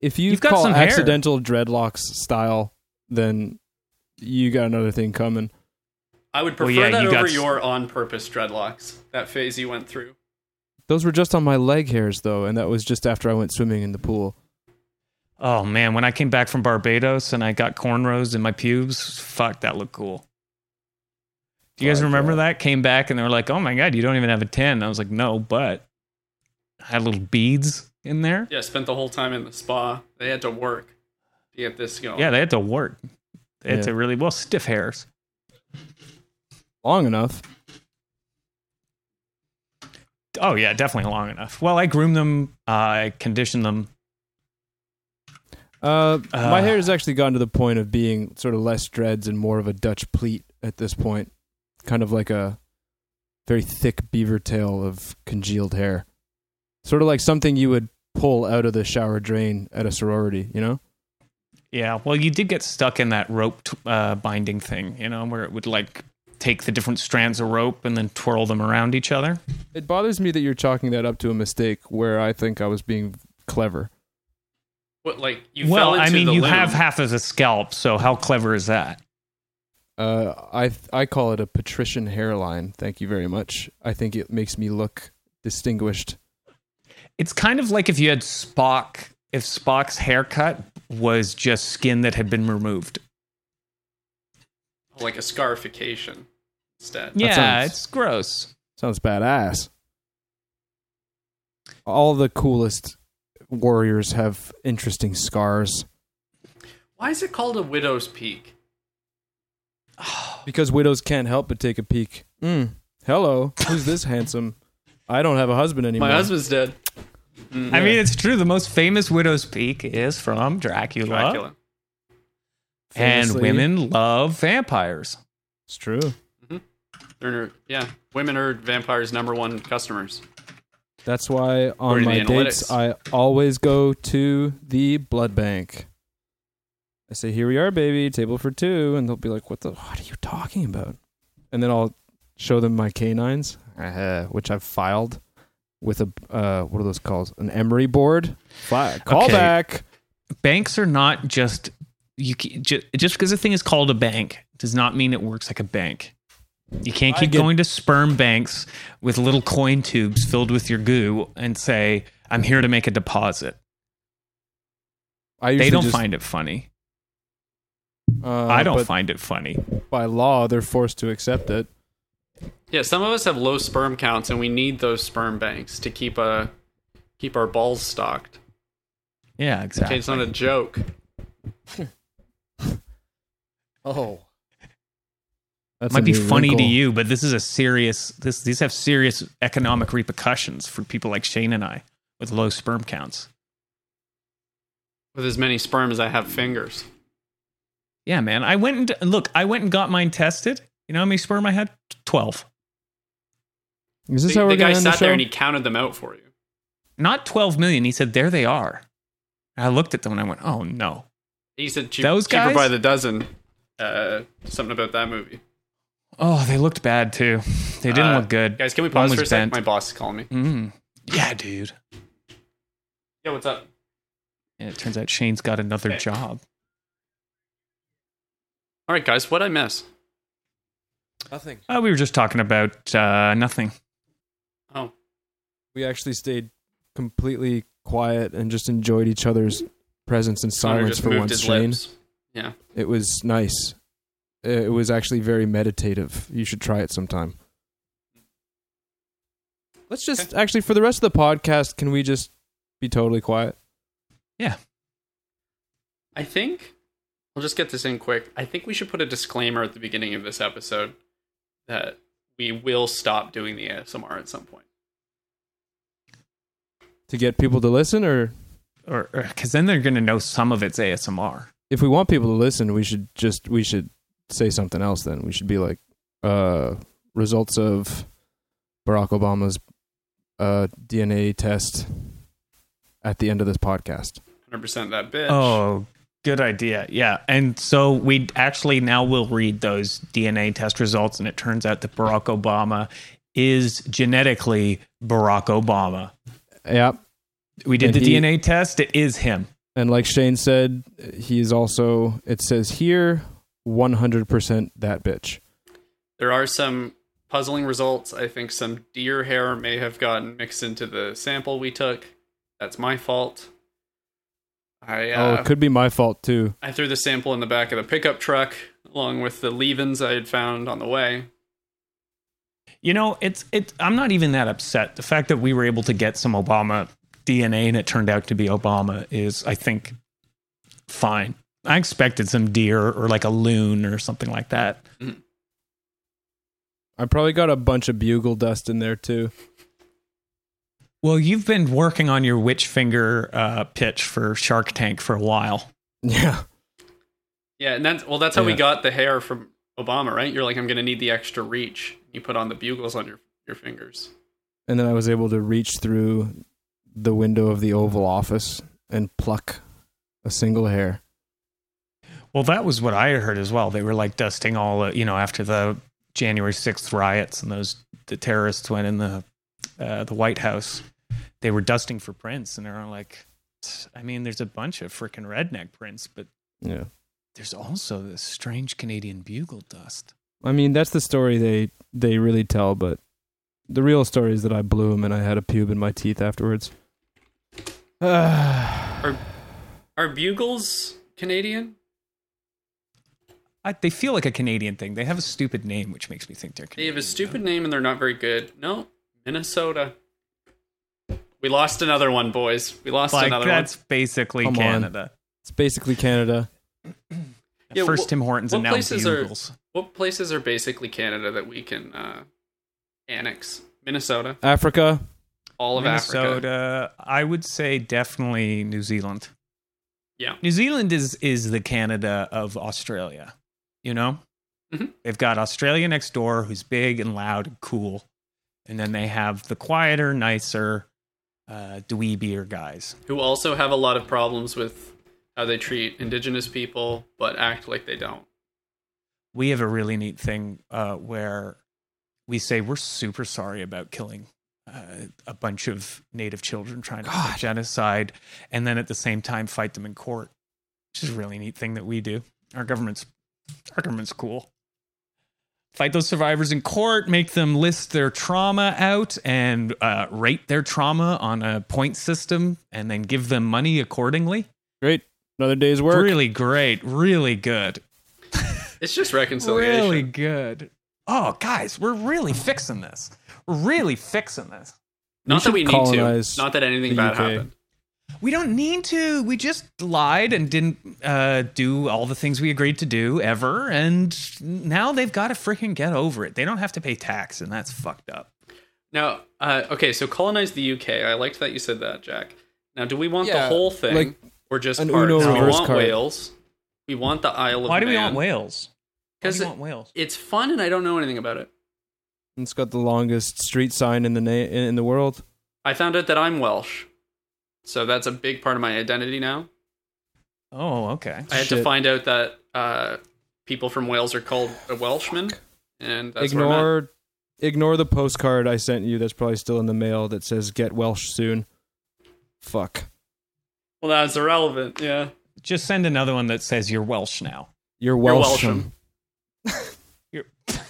Speaker 3: If you
Speaker 1: You've got
Speaker 3: call
Speaker 1: some hair.
Speaker 3: accidental dreadlocks style, then you got another thing coming.
Speaker 4: I would prefer
Speaker 1: Well, yeah,
Speaker 4: that
Speaker 1: you
Speaker 4: over
Speaker 1: got s-
Speaker 4: your on purpose dreadlocks. That phase you went through.
Speaker 3: Those were just on my leg hairs though, and that was just after I went swimming in the pool.
Speaker 1: Oh man, when I came back from Barbados and I got cornrows in my pubes, fuck, that looked cool. Do you guys
Speaker 3: Fuck
Speaker 1: remember
Speaker 3: yeah.
Speaker 1: that? Came back and they were like, "Oh my god, you don't even have a 10." And I was like, "No, but I had little beads in there."
Speaker 4: Yeah, spent the whole time in the spa. They had to work to get this going.
Speaker 1: Yeah, they had to work. They had
Speaker 3: Yeah.
Speaker 1: to really well stiff hairs.
Speaker 3: Long enough.
Speaker 1: Oh yeah, definitely long enough. Well, I groomed them, uh, I conditioned them.
Speaker 3: Uh, my
Speaker 1: Uh.
Speaker 3: hair has actually gotten to the point of being sort of less dreads and more of a Dutch pleat at this point, kind of like a very thick beaver tail of congealed hair, sort of like something you would pull out of the shower drain at a sorority. You know,
Speaker 1: Yeah, well, you did get stuck in that rope t- uh, binding thing, you know, where it would like take the different strands of rope and then twirl them around each other.
Speaker 3: it bothers me that you're chalking that up to a mistake where I think I was being clever.
Speaker 4: What, like you
Speaker 1: well,
Speaker 4: fell into
Speaker 1: I mean,
Speaker 4: the
Speaker 1: you
Speaker 4: loom.
Speaker 1: have half of a scalp, so how clever is that?
Speaker 3: Uh, I I call it a patrician hairline. Thank you very much. I think it makes me look distinguished.
Speaker 1: It's kind of like if you had Spock, if Spock's haircut was just skin that had been removed.
Speaker 4: like a scarification instead.
Speaker 1: Yeah,
Speaker 3: sounds-
Speaker 1: it's gross.
Speaker 3: Sounds badass. All the coolest warriors have interesting scars
Speaker 4: Why is it called a widow's peak?
Speaker 3: because widows can't help but take a peek. Mm, hello, who's this handsome? I don't have a husband anymore.
Speaker 4: My husband's dead.
Speaker 1: I mean, it's true. The most famous widow's peak is from Dracula,
Speaker 4: Dracula.
Speaker 1: and
Speaker 3: Famously.
Speaker 1: women love vampires.
Speaker 3: It's true.
Speaker 4: They're- yeah, women are vampires' number one customers.
Speaker 3: That's why on
Speaker 4: According to
Speaker 3: my
Speaker 4: the
Speaker 3: dates
Speaker 4: analytics.
Speaker 3: I always go to the blood bank. I say, "Here we are, baby, table for two. and they'll be like, "What the? What are you talking about?" And then I'll show them my canines, uh, which I've filed with a uh, what are those called? An emery board. Fly, call
Speaker 1: Okay.
Speaker 3: back.
Speaker 1: Banks are not just you. ca- ju- Just because a thing is called a bank does not mean it works like a bank. You can't
Speaker 3: I
Speaker 1: keep
Speaker 3: get-
Speaker 1: going to sperm banks with little coin tubes filled with your goo and say, "I'm here to make a deposit." They
Speaker 3: I usually
Speaker 1: don't
Speaker 3: just,
Speaker 1: find it funny.
Speaker 3: Uh,
Speaker 1: I don't
Speaker 3: but
Speaker 1: find it funny.
Speaker 3: by law they're forced to accept it.
Speaker 4: Yeah, some of us have low sperm counts, and we need those sperm banks to keep uh keep our balls stocked.
Speaker 1: Yeah,
Speaker 4: Okay,
Speaker 1: exactly.
Speaker 4: it's not a joke.
Speaker 3: Oh, that
Speaker 1: Might be funny to you, but this is a serious. This these have serious economic repercussions for people like Shane and I with low sperm counts.
Speaker 4: With as many sperm as I have fingers.
Speaker 1: Yeah, man. I went and look. I went and got mine tested. You know how many sperm I had? Twelve.
Speaker 3: Is this
Speaker 4: the,
Speaker 3: how
Speaker 4: the
Speaker 3: we're going
Speaker 4: guy
Speaker 3: to end the
Speaker 4: sat
Speaker 3: show?
Speaker 4: there and he counted them out for you.
Speaker 1: Not twelve million. He said, "There they are." And I looked at them and I went, "Oh no."
Speaker 4: He said cheap,
Speaker 1: Those
Speaker 4: cheaper
Speaker 1: guys?
Speaker 4: by the dozen. Uh, something about that movie.
Speaker 1: Oh, they looked bad too. They didn't
Speaker 4: Uh,
Speaker 1: look good.
Speaker 4: Guys, can we
Speaker 1: One Mm-hmm.
Speaker 4: pause
Speaker 1: was
Speaker 4: for a second?
Speaker 1: bent.
Speaker 4: My boss is calling me.
Speaker 1: Mm. Yeah, dude.
Speaker 4: Yeah, what's up?
Speaker 1: And it turns out Shane's got another job.
Speaker 4: All right, guys, what'd I miss?
Speaker 3: Nothing.
Speaker 1: Uh, we were just talking about uh, nothing.
Speaker 4: Oh,
Speaker 3: We actually stayed completely quiet and just enjoyed each other's presence and
Speaker 4: Connor
Speaker 3: silence
Speaker 4: just
Speaker 3: for
Speaker 4: moved
Speaker 3: once.
Speaker 4: his
Speaker 3: Shane,
Speaker 4: lips. Yeah.
Speaker 3: it was nice. Uh, It was actually very meditative. You should try it sometime. Let's just actually for the rest of the podcast, can we just be totally quiet?
Speaker 4: I think we'll just get this in quick. I think we should put a disclaimer at the beginning of this episode that we will stop doing the ASMR at some point.
Speaker 3: to get people to listen or
Speaker 1: Or because then they're going to know some of it's ASMR.
Speaker 3: if we want people to listen we should just we should say something else then we should be like uh results of barack obama's uh dna test at the end of this podcast
Speaker 4: 100% that bitch.
Speaker 1: Oh, good idea. Yeah. And so we actually now will read those DNA test results, and it turns out that Barack Obama is genetically Barack Obama.
Speaker 3: yep
Speaker 1: We did
Speaker 3: And
Speaker 1: the
Speaker 3: he-
Speaker 1: DNA test. It is him.
Speaker 3: and like shane said he is also it says here 100% that bitch
Speaker 4: There are some puzzling results. I think some deer hair may have gotten mixed into the sample we took. That's my fault. I
Speaker 3: oh
Speaker 4: uh,
Speaker 3: it could be my fault too
Speaker 4: I threw the sample in the back of the pickup truck along with the leavings I had found on the way.
Speaker 1: You know, it's it. I'm not even that upset. The fact that we were able to get some Obama DNA and it turned out to be Obama is, I think, fine. I expected some deer or like a loon or something like that.
Speaker 3: i probably got a bunch of bugle dust in there too
Speaker 1: Well, you've been working on your witch finger uh, pitch for Shark Tank for a while.
Speaker 3: yeah
Speaker 4: Yeah, and that's well, that's how we
Speaker 3: Yeah.
Speaker 4: got the hair from Obama, right? You're like, I'm gonna need the extra reach. You put on the bugles on your your fingers.
Speaker 3: and then I was able to reach through the window of the Oval Office and pluck a single hair.
Speaker 1: Well, that was what I heard as well. They were like dusting all, uh, you know, after the January 6th riots and those the terrorists went in the uh, the White House. They were dusting for prints and they're like I mean, there's a bunch of freaking redneck prints, but
Speaker 3: Yeah,
Speaker 1: there's also this strange Canadian bugle dust.
Speaker 3: I mean that's the story they they really tell, but the real story is that I blew him and I had a pube in my teeth afterwards.
Speaker 4: Are bugles Canadian?
Speaker 1: I, they feel like a Canadian thing. They have a stupid name, which makes me think they're
Speaker 4: They
Speaker 1: Canadian.
Speaker 4: have a stupid name and they're not very good. No, Minnesota. We lost another one, boys. We lost
Speaker 1: Like,
Speaker 4: another
Speaker 1: that's basically
Speaker 3: Come on.
Speaker 1: Canada.
Speaker 3: it's basically Canada.
Speaker 4: one. Yeah,
Speaker 1: First
Speaker 4: wh-
Speaker 1: Tim Hortons
Speaker 4: what
Speaker 1: and now
Speaker 4: places are-
Speaker 1: bugles.
Speaker 4: What places are basically Canada that we can uh, annex? Minnesota,
Speaker 3: Africa,
Speaker 4: all of Africa.
Speaker 1: Minnesota. I would say definitely New Zealand.
Speaker 4: Yeah.
Speaker 1: New Zealand is is the Canada of Australia. You know,
Speaker 4: Mhm.
Speaker 1: they've got Australia next door, who's big and loud and cool, and then they have the quieter, nicer, uh, dweebier guys.
Speaker 4: who also have a lot of problems with how they treat indigenous people, but act like they don't.
Speaker 1: We have a really neat thing uh, where we say we're super sorry about killing. Uh, a bunch of native children trying to commit genocide, and then at the same time fight them in court, which is a really neat thing that we do. Our government's our government's cool. Fight those survivors in court, make them list their trauma out and uh, rate their trauma on a point system, and then give them money accordingly.
Speaker 3: great. Another day's work.
Speaker 1: Really great, really good,
Speaker 4: It's just reconciliation.
Speaker 1: really good. Oh, guys, we're really fixing this. We're really fixing this.
Speaker 4: Not that we need to.
Speaker 3: colonize
Speaker 4: Not that anything
Speaker 3: the
Speaker 4: bad
Speaker 3: UK.
Speaker 4: happened.
Speaker 1: We don't need to. We just lied and didn't uh, do all the things we agreed to do ever. And now they've got to freaking get over it. They don't have to pay tax, and that's fucked up.
Speaker 4: Now, uh, okay, so colonize the UK. I liked that you said that, Jack. Now, do we want the whole thing
Speaker 3: like
Speaker 4: or just
Speaker 3: an
Speaker 4: parts?
Speaker 3: Uno
Speaker 4: we
Speaker 3: reverse
Speaker 4: want
Speaker 3: card.
Speaker 4: Wales. We want the Isle of
Speaker 1: Why do we want
Speaker 4: Man.
Speaker 1: Wales? Why do
Speaker 4: Because
Speaker 1: we
Speaker 4: it-
Speaker 1: want Wales?
Speaker 4: it's fun and I don't know anything about it.
Speaker 3: It's got the longest street sign in the na- in, in the world.
Speaker 4: I found out that I'm Welsh. So that's a big part of my identity now.
Speaker 1: Oh, okay.
Speaker 4: I had to
Speaker 3: Shit.
Speaker 4: find out that uh, people from Wales are called the Welshmen. And that's where I'm at.
Speaker 3: ignore ignore the postcard I sent you that's probably still in the mail that says get Welsh soon. Fuck.
Speaker 4: Well, that's irrelevant. Yeah.
Speaker 1: Just send another one that says you're Welsh now.
Speaker 3: You're
Speaker 4: Welsham.
Speaker 3: Welsham.
Speaker 1: You're-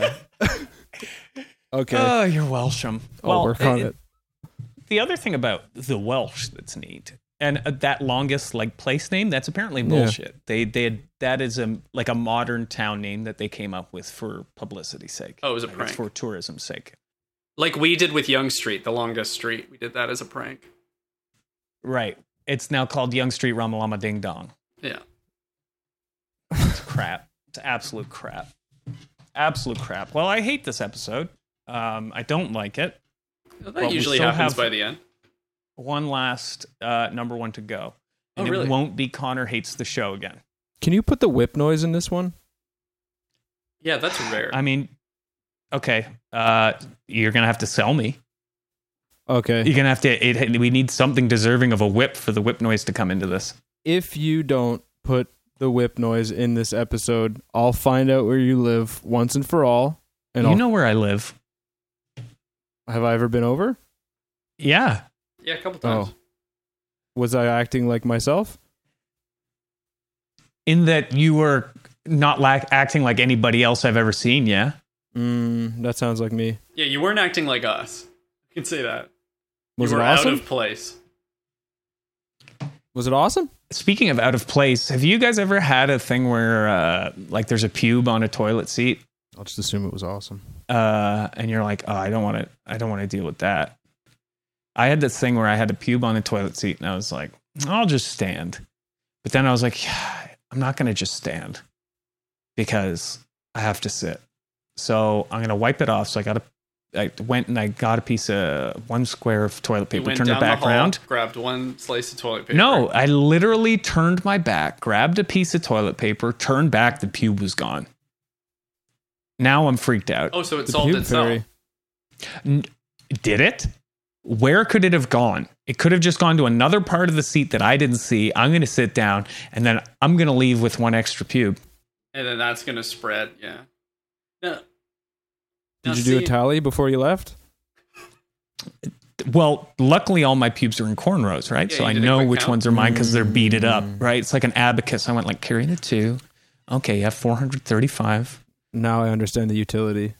Speaker 3: yeah. okay.
Speaker 1: Oh, you're Welsham.
Speaker 3: I'll work on Uh, Oh, it.
Speaker 1: The other thing about the Welsh that's neat, and uh, that longest like place name, that's apparently bullshit. They they had, that is a like a modern town name that they came up with for publicity's sake.
Speaker 4: Oh, it was a
Speaker 1: Like,
Speaker 4: prank.
Speaker 1: it's for tourism's sake,
Speaker 4: Like we did with Young Street, the longest street. We did that as a prank.
Speaker 1: right? It's now called Young Street Ramalama Ding Dong.
Speaker 4: Yeah.
Speaker 1: It's crap. It's absolute crap. Absolute crap. Well, I hate this episode. Um, I don't like it.
Speaker 4: That
Speaker 1: Well, we
Speaker 4: usually
Speaker 1: still
Speaker 4: happens
Speaker 1: have-
Speaker 4: by the end.
Speaker 1: One last uh, number one to go, and
Speaker 4: Oh, really?
Speaker 1: it won't be Connor hates the show again.
Speaker 3: Can you put the whip noise in this one?
Speaker 4: Yeah, that's rare.
Speaker 1: I mean, okay, uh, you're gonna have to sell me. You're
Speaker 3: Okay.
Speaker 1: gonna have to. It, we need something deserving of a whip for the whip noise to come into this.
Speaker 3: If you don't put the whip noise in this episode, I'll find out where you live once and for all. And
Speaker 1: you
Speaker 3: I'll,
Speaker 1: know where I live?
Speaker 3: have I ever been over?
Speaker 1: Yeah,
Speaker 4: yeah, a couple times.
Speaker 3: Oh. Was I acting like myself?
Speaker 1: in that you were not lack, acting like anybody else I've ever seen. Yeah,
Speaker 3: Mm, that sounds like me.
Speaker 4: Yeah, you weren't acting like us. You can say that.
Speaker 3: Was
Speaker 4: you
Speaker 3: it
Speaker 4: were
Speaker 3: awesome?
Speaker 4: out of place.
Speaker 3: Was it awesome?
Speaker 1: Speaking of out of place, have you guys ever had a thing where uh, like there's a pube on a toilet seat,
Speaker 3: I'll just assume it was awesome.
Speaker 1: uh, and you're like, oh, I don't want to, I don't want to deal with that. I had this thing where I had a pube on a toilet seat, and I was like, I'll just stand. But then I was like, "Yeah, I'm not going to just stand because I have to sit. So I'm going to wipe it off. So I got a, I went and I got a piece of one square of toilet
Speaker 4: You
Speaker 1: paper,
Speaker 4: went
Speaker 1: turned it
Speaker 4: down
Speaker 1: back
Speaker 4: the hall,
Speaker 1: around.
Speaker 4: grabbed one slice of toilet paper.
Speaker 1: No, I literally turned my back, grabbed a piece of toilet paper, turned back, the pube was gone. Now I'm freaked out.
Speaker 4: Oh, so it
Speaker 3: The
Speaker 4: solved
Speaker 3: pube
Speaker 4: itself.
Speaker 3: fairy.
Speaker 1: Did it? Where could it have gone? It could have just gone to another part of the seat that I didn't see. I'm going to sit down and then I'm going to leave with one extra pube.
Speaker 4: And then that's gonna spread. Yeah. No. Now
Speaker 3: Did you do
Speaker 4: see-
Speaker 3: a tally before you left?
Speaker 1: Well, luckily, all my pubes are in cornrows, right?
Speaker 4: Yeah,
Speaker 1: so
Speaker 4: you
Speaker 1: I
Speaker 4: did a
Speaker 1: know
Speaker 4: quick
Speaker 1: which
Speaker 4: count.
Speaker 1: ones are mine because they're beaded up, right? It's like an abacus. I went like carrying the two. Okay, yeah, 435.
Speaker 3: Now I understand the utility.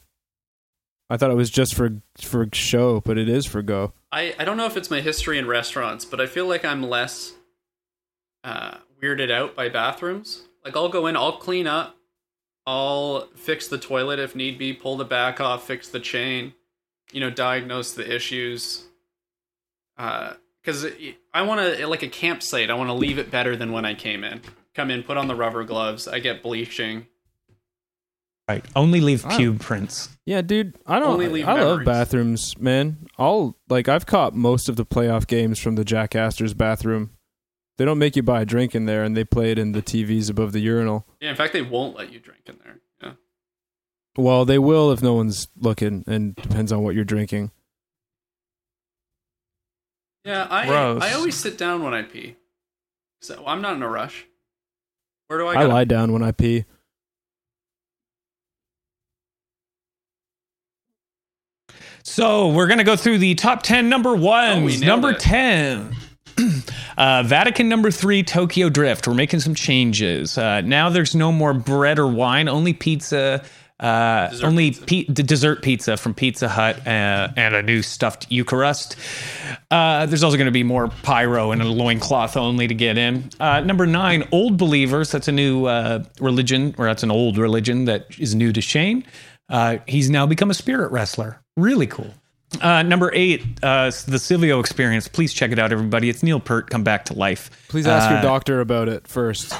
Speaker 3: I thought it was just for for show, but it is for go.
Speaker 4: I, I don't know if it's my history in restaurants, but I feel like I'm less uh, weirded out by bathrooms. Like I'll go in, I'll clean up, I'll fix the toilet if need be, pull the back off, fix the chain, you know, diagnose the issues. Because I want to like a campsite, I want to leave it better than when I came in. Come in, put on the rubber gloves. I get bleaching.
Speaker 1: Right. Only leave
Speaker 3: Wow.
Speaker 1: pube prints.
Speaker 3: Yeah, dude, I don't.
Speaker 4: Only leave
Speaker 3: I love
Speaker 4: memories.
Speaker 3: bathrooms, man. I'll like I've caught most of the playoff games from the Jack Astor's bathroom. They don't make you buy a drink in there, and they play it in the TVs above the urinal.
Speaker 4: Yeah, in fact, they won't let you drink in there. Yeah.
Speaker 3: Well, they will if no one's looking, and depends on what you're drinking.
Speaker 4: Yeah, I
Speaker 1: Gross.
Speaker 4: I always sit down when I pee, so I'm not in a rush. Where do I?
Speaker 3: I
Speaker 4: go?
Speaker 3: lie down when I pee.
Speaker 1: So we're gonna go through the top ten number
Speaker 4: Oh, we
Speaker 1: ones.
Speaker 4: nailed
Speaker 1: number
Speaker 4: it.
Speaker 1: ten. Uh, Vatican number three, Tokyo Drift. We're making some changes. Uh, now there's no more bread or wine, only pizza, uh,
Speaker 4: Dessert
Speaker 1: only
Speaker 4: pizza.
Speaker 1: pe- d- dessert pizza from Pizza Hut uh, and a new stuffed Eucharist. Uh, there's also going to be more pyro and a loincloth only to get in. Uh, number nine, Old Believers. That's a new uh, religion, or that's an old religion that is new to Shane. Uh, he's now become a spirit wrestler. Really cool. Uh, number eight, uh, the Silvio experience. Please check it out, everybody. It's Neil Pert, come back to life.
Speaker 3: Please ask
Speaker 1: Uh,
Speaker 3: your doctor about it first.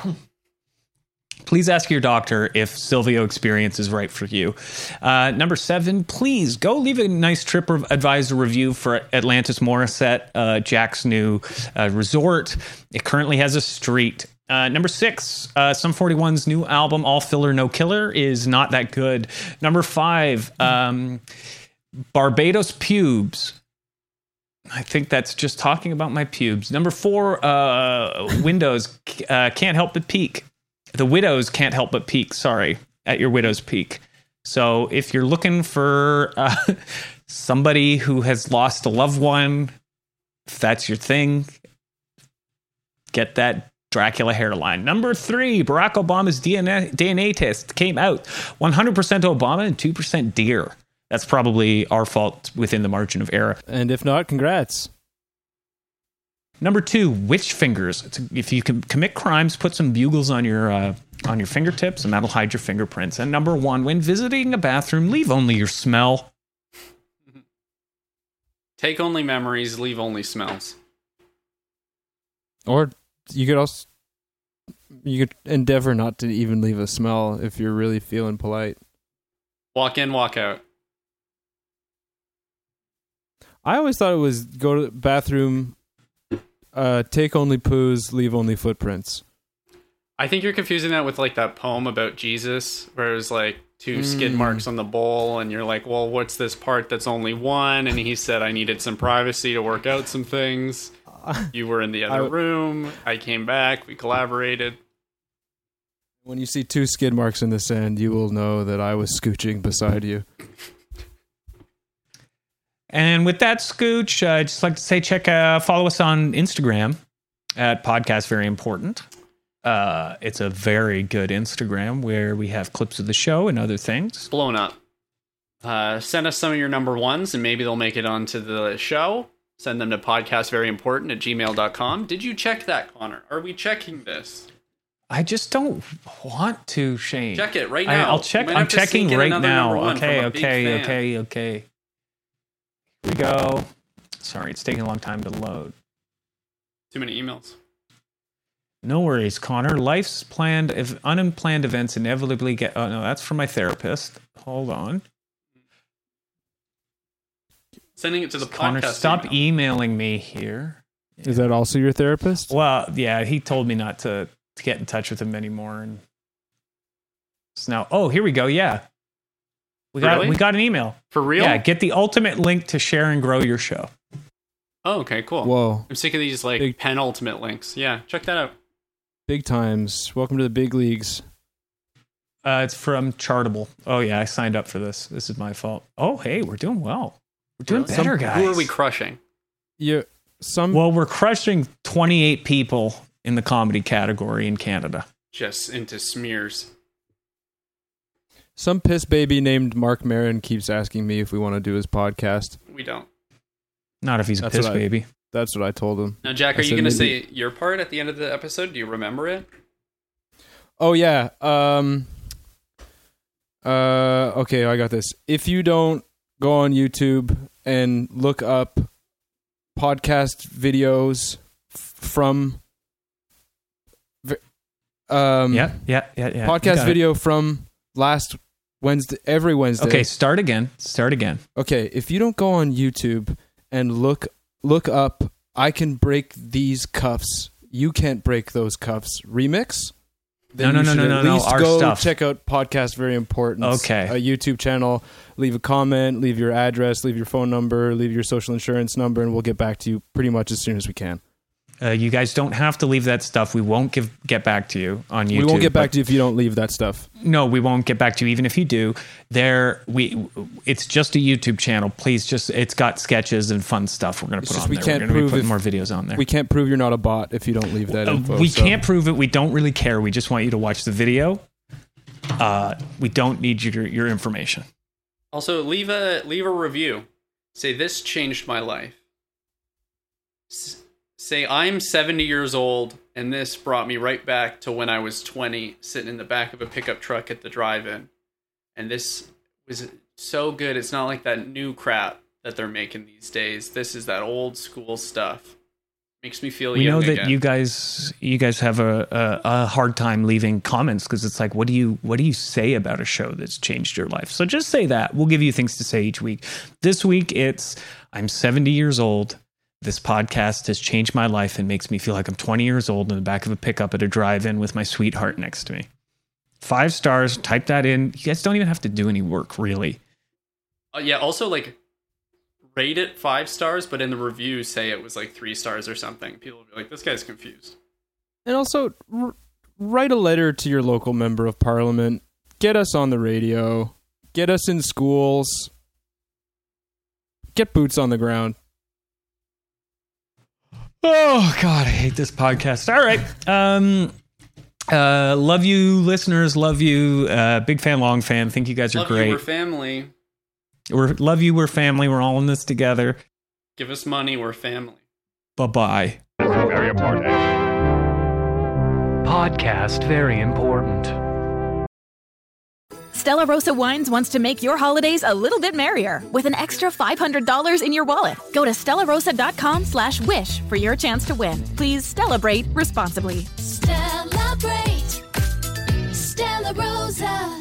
Speaker 1: Please ask your doctor if Silvio experience is right for you. Uh, number seven, please go leave a nice trip rev- advisor review for Atlantis Morissette, uh, Jack's new uh, resort. It currently has a street. Uh, number six, uh, Sum 41's new album, All Filler No Killer, is not that good. Number five, um, Barbados Pubes. I think that's just talking about my pubes. Number four, uh, Windows uh, can't help but peek. The widows can't help but peek. Sorry, at your widow's peak. So if you're looking for uh, somebody who has lost a loved one, If that's your thing, get that Dracula hairline. Number three, Barack Obama's DNA, DNA test came out 100% Obama and 2% deer. That's probably our fault within the margin of error.
Speaker 3: And if not, congrats.
Speaker 1: Number two, witch fingers. It's, if you can commit crimes, put some bugles on your uh, on your fingertips, and that'll hide your fingerprints. And number one, when visiting a bathroom, leave only your smell.
Speaker 4: Take only memories, leave only smells.
Speaker 3: Or you could also you could endeavor not to even leave a smell if you're really feeling polite.
Speaker 4: Walk in, walk out.
Speaker 3: I always thought it was go to the bathroom, uh, take only poos, leave only footprints.
Speaker 4: I think you're confusing that with like that poem about Jesus, where it was like two skid marks on the bowl, and you're like, well, what's this part that's only one? And he said, I needed some privacy to work out some things. You were in the other room. I came back. We collaborated.
Speaker 3: When you see two skid marks in the sand, you will know that I was scooching beside you.
Speaker 1: And with that, Scooch, uh, I'd just like to say, check, uh, follow us on Instagram at Podcast Very Important. Uh, it's a very good Instagram where we have clips of the show and other things.
Speaker 4: Blown up. Uh, send us some of your number ones, and maybe they'll make it onto the show. Send them to podcastveryimportant at gmail.com. Did you check that, Connor? Are we checking this?
Speaker 1: I just don't want to, Shane.
Speaker 4: Check it right
Speaker 1: I,
Speaker 4: now.
Speaker 1: I'll check.
Speaker 4: You might
Speaker 1: I'm
Speaker 4: have to
Speaker 1: checking
Speaker 4: sneak in
Speaker 1: right
Speaker 4: another number
Speaker 1: now.
Speaker 4: one from
Speaker 1: Okay,
Speaker 4: a big
Speaker 1: okay,
Speaker 4: fan.
Speaker 1: okay, okay. Here we go. Sorry, it's taking a long time to load.
Speaker 4: Too many emails.
Speaker 1: No worries, Connor. Life's planned, if unplanned events inevitably get. Oh no, that's from my therapist. Hold on,
Speaker 4: Sending it to the
Speaker 1: Connor.
Speaker 4: podcast.
Speaker 1: Stop e-
Speaker 4: email.
Speaker 1: emailing me here.
Speaker 3: Is that also your therapist?
Speaker 1: Well, yeah, he told me not to, to get in touch with him anymore, and so now. Oh, here we go. Yeah, we got
Speaker 4: Really?
Speaker 1: we got an email.
Speaker 4: For real?
Speaker 1: Yeah, get the ultimate link to share and grow your show.
Speaker 4: oh, okay, cool.
Speaker 3: Whoa,
Speaker 4: I'm sick of these like
Speaker 3: Big-
Speaker 4: penultimate links. Yeah, check that out.
Speaker 3: big times! Welcome to the big leagues.
Speaker 1: Uh, it's from Chartable. Oh yeah, I signed up for this. This is my fault. Oh hey, we're doing well. We're doing
Speaker 4: Really?
Speaker 1: better,
Speaker 4: Some-
Speaker 1: guys.
Speaker 4: Who are we crushing?
Speaker 3: You some
Speaker 1: well, we're crushing 28 people in the comedy category in Canada.
Speaker 4: Just into smears.
Speaker 3: some piss baby named Mark Marin keeps asking me if we want to do his podcast.
Speaker 4: We don't.
Speaker 1: Not if he's a
Speaker 3: That's
Speaker 1: piss
Speaker 3: what I-
Speaker 1: baby.
Speaker 3: That's what I told him.
Speaker 4: Now, Jack,
Speaker 3: I
Speaker 4: are you
Speaker 3: said
Speaker 4: going to
Speaker 3: maybe-
Speaker 4: say your part at the end of the episode? Do you remember it?
Speaker 3: Oh yeah. Um uh okay, I got this. If you don't go on YouTube and look up podcast videos f- from v- um
Speaker 1: yeah, yeah, yeah, yeah. You
Speaker 3: podcast
Speaker 1: got it.
Speaker 3: video from last Wednesday every Wednesday.
Speaker 1: Okay, start again. Start again.
Speaker 3: Okay, if you don't go on YouTube and look look up I can break these cuffs, you can't break those cuffs remix.
Speaker 1: No, no,
Speaker 3: you
Speaker 1: no,
Speaker 3: should
Speaker 1: no,
Speaker 3: at
Speaker 1: no, no,
Speaker 3: least
Speaker 1: our
Speaker 3: go
Speaker 1: stuff.
Speaker 3: check out podcast very important.
Speaker 1: Okay.
Speaker 3: a YouTube channel. Leave a comment, leave your address, leave your phone number, leave your social insurance number, and we'll get back to you pretty much as soon as we can.
Speaker 1: Uh, you guys don't have to leave that stuff. We won't give get back to you on YouTube.
Speaker 3: we won't get
Speaker 1: but-
Speaker 3: back to you if you don't leave that stuff.
Speaker 1: no we won't get back to you even if you do there we it's just a youtube channel please just it's got sketches and fun stuff we're going to
Speaker 3: It's
Speaker 1: put
Speaker 3: just
Speaker 1: on
Speaker 3: we
Speaker 1: there
Speaker 3: can't
Speaker 1: we're going to be
Speaker 3: prove
Speaker 1: putting
Speaker 3: if-
Speaker 1: more videos on there
Speaker 3: We can't prove you're not a bot if you don't leave that
Speaker 1: Uh,
Speaker 3: info.
Speaker 1: we
Speaker 3: so-
Speaker 1: can't prove it we don't really care we just want you to watch the video uh, we don't need your your information
Speaker 4: Also, leave a leave a review. Say this changed my life. S- say I'm 70 years old and this brought me right back to when I was 20 sitting in the back of a pickup truck at the drive-in. And this was so good. It's not like that new crap that they're making these days. This is that old school stuff. Makes me feel
Speaker 1: we
Speaker 4: young
Speaker 1: know that
Speaker 4: again.
Speaker 1: you guys you guys have a, a, a hard time leaving comments because it's like what do you what do you say about a show that's changed your life so just say that we'll give you things to say each week this week it's i'm 70 years old this podcast has changed my life and makes me feel like i'm 20 years old in the back of a pickup at a drive-in with my sweetheart next to me five stars type that in you guys don't even have to do any work really
Speaker 4: Uh, yeah, also like rate it 5 stars, but in the review say it was like 3 stars or something. People will be like this guy's confused.
Speaker 3: And also, r- write a letter to your local member of parliament. Get us on the radio. Get us in schools. Get boots on the ground.
Speaker 1: Oh God, I hate this podcast. All right. Um uh love you listeners, love you. Uh big fan, long fan. Think you guys are
Speaker 4: Love you,
Speaker 1: great.
Speaker 4: we're family.
Speaker 1: we're love you, we're family, we're all in this together.
Speaker 4: Give us money, we're family.
Speaker 1: Bye bye.
Speaker 9: Very important.
Speaker 12: Podcast Very Important.
Speaker 13: Stella Rosa Wines wants to make your holidays a little bit merrier with an extra $500 in your wallet. Go to stellarosa.com slash wish for your chance to win. Please celebrate responsibly.
Speaker 14: Celebrate. Stella Rosa.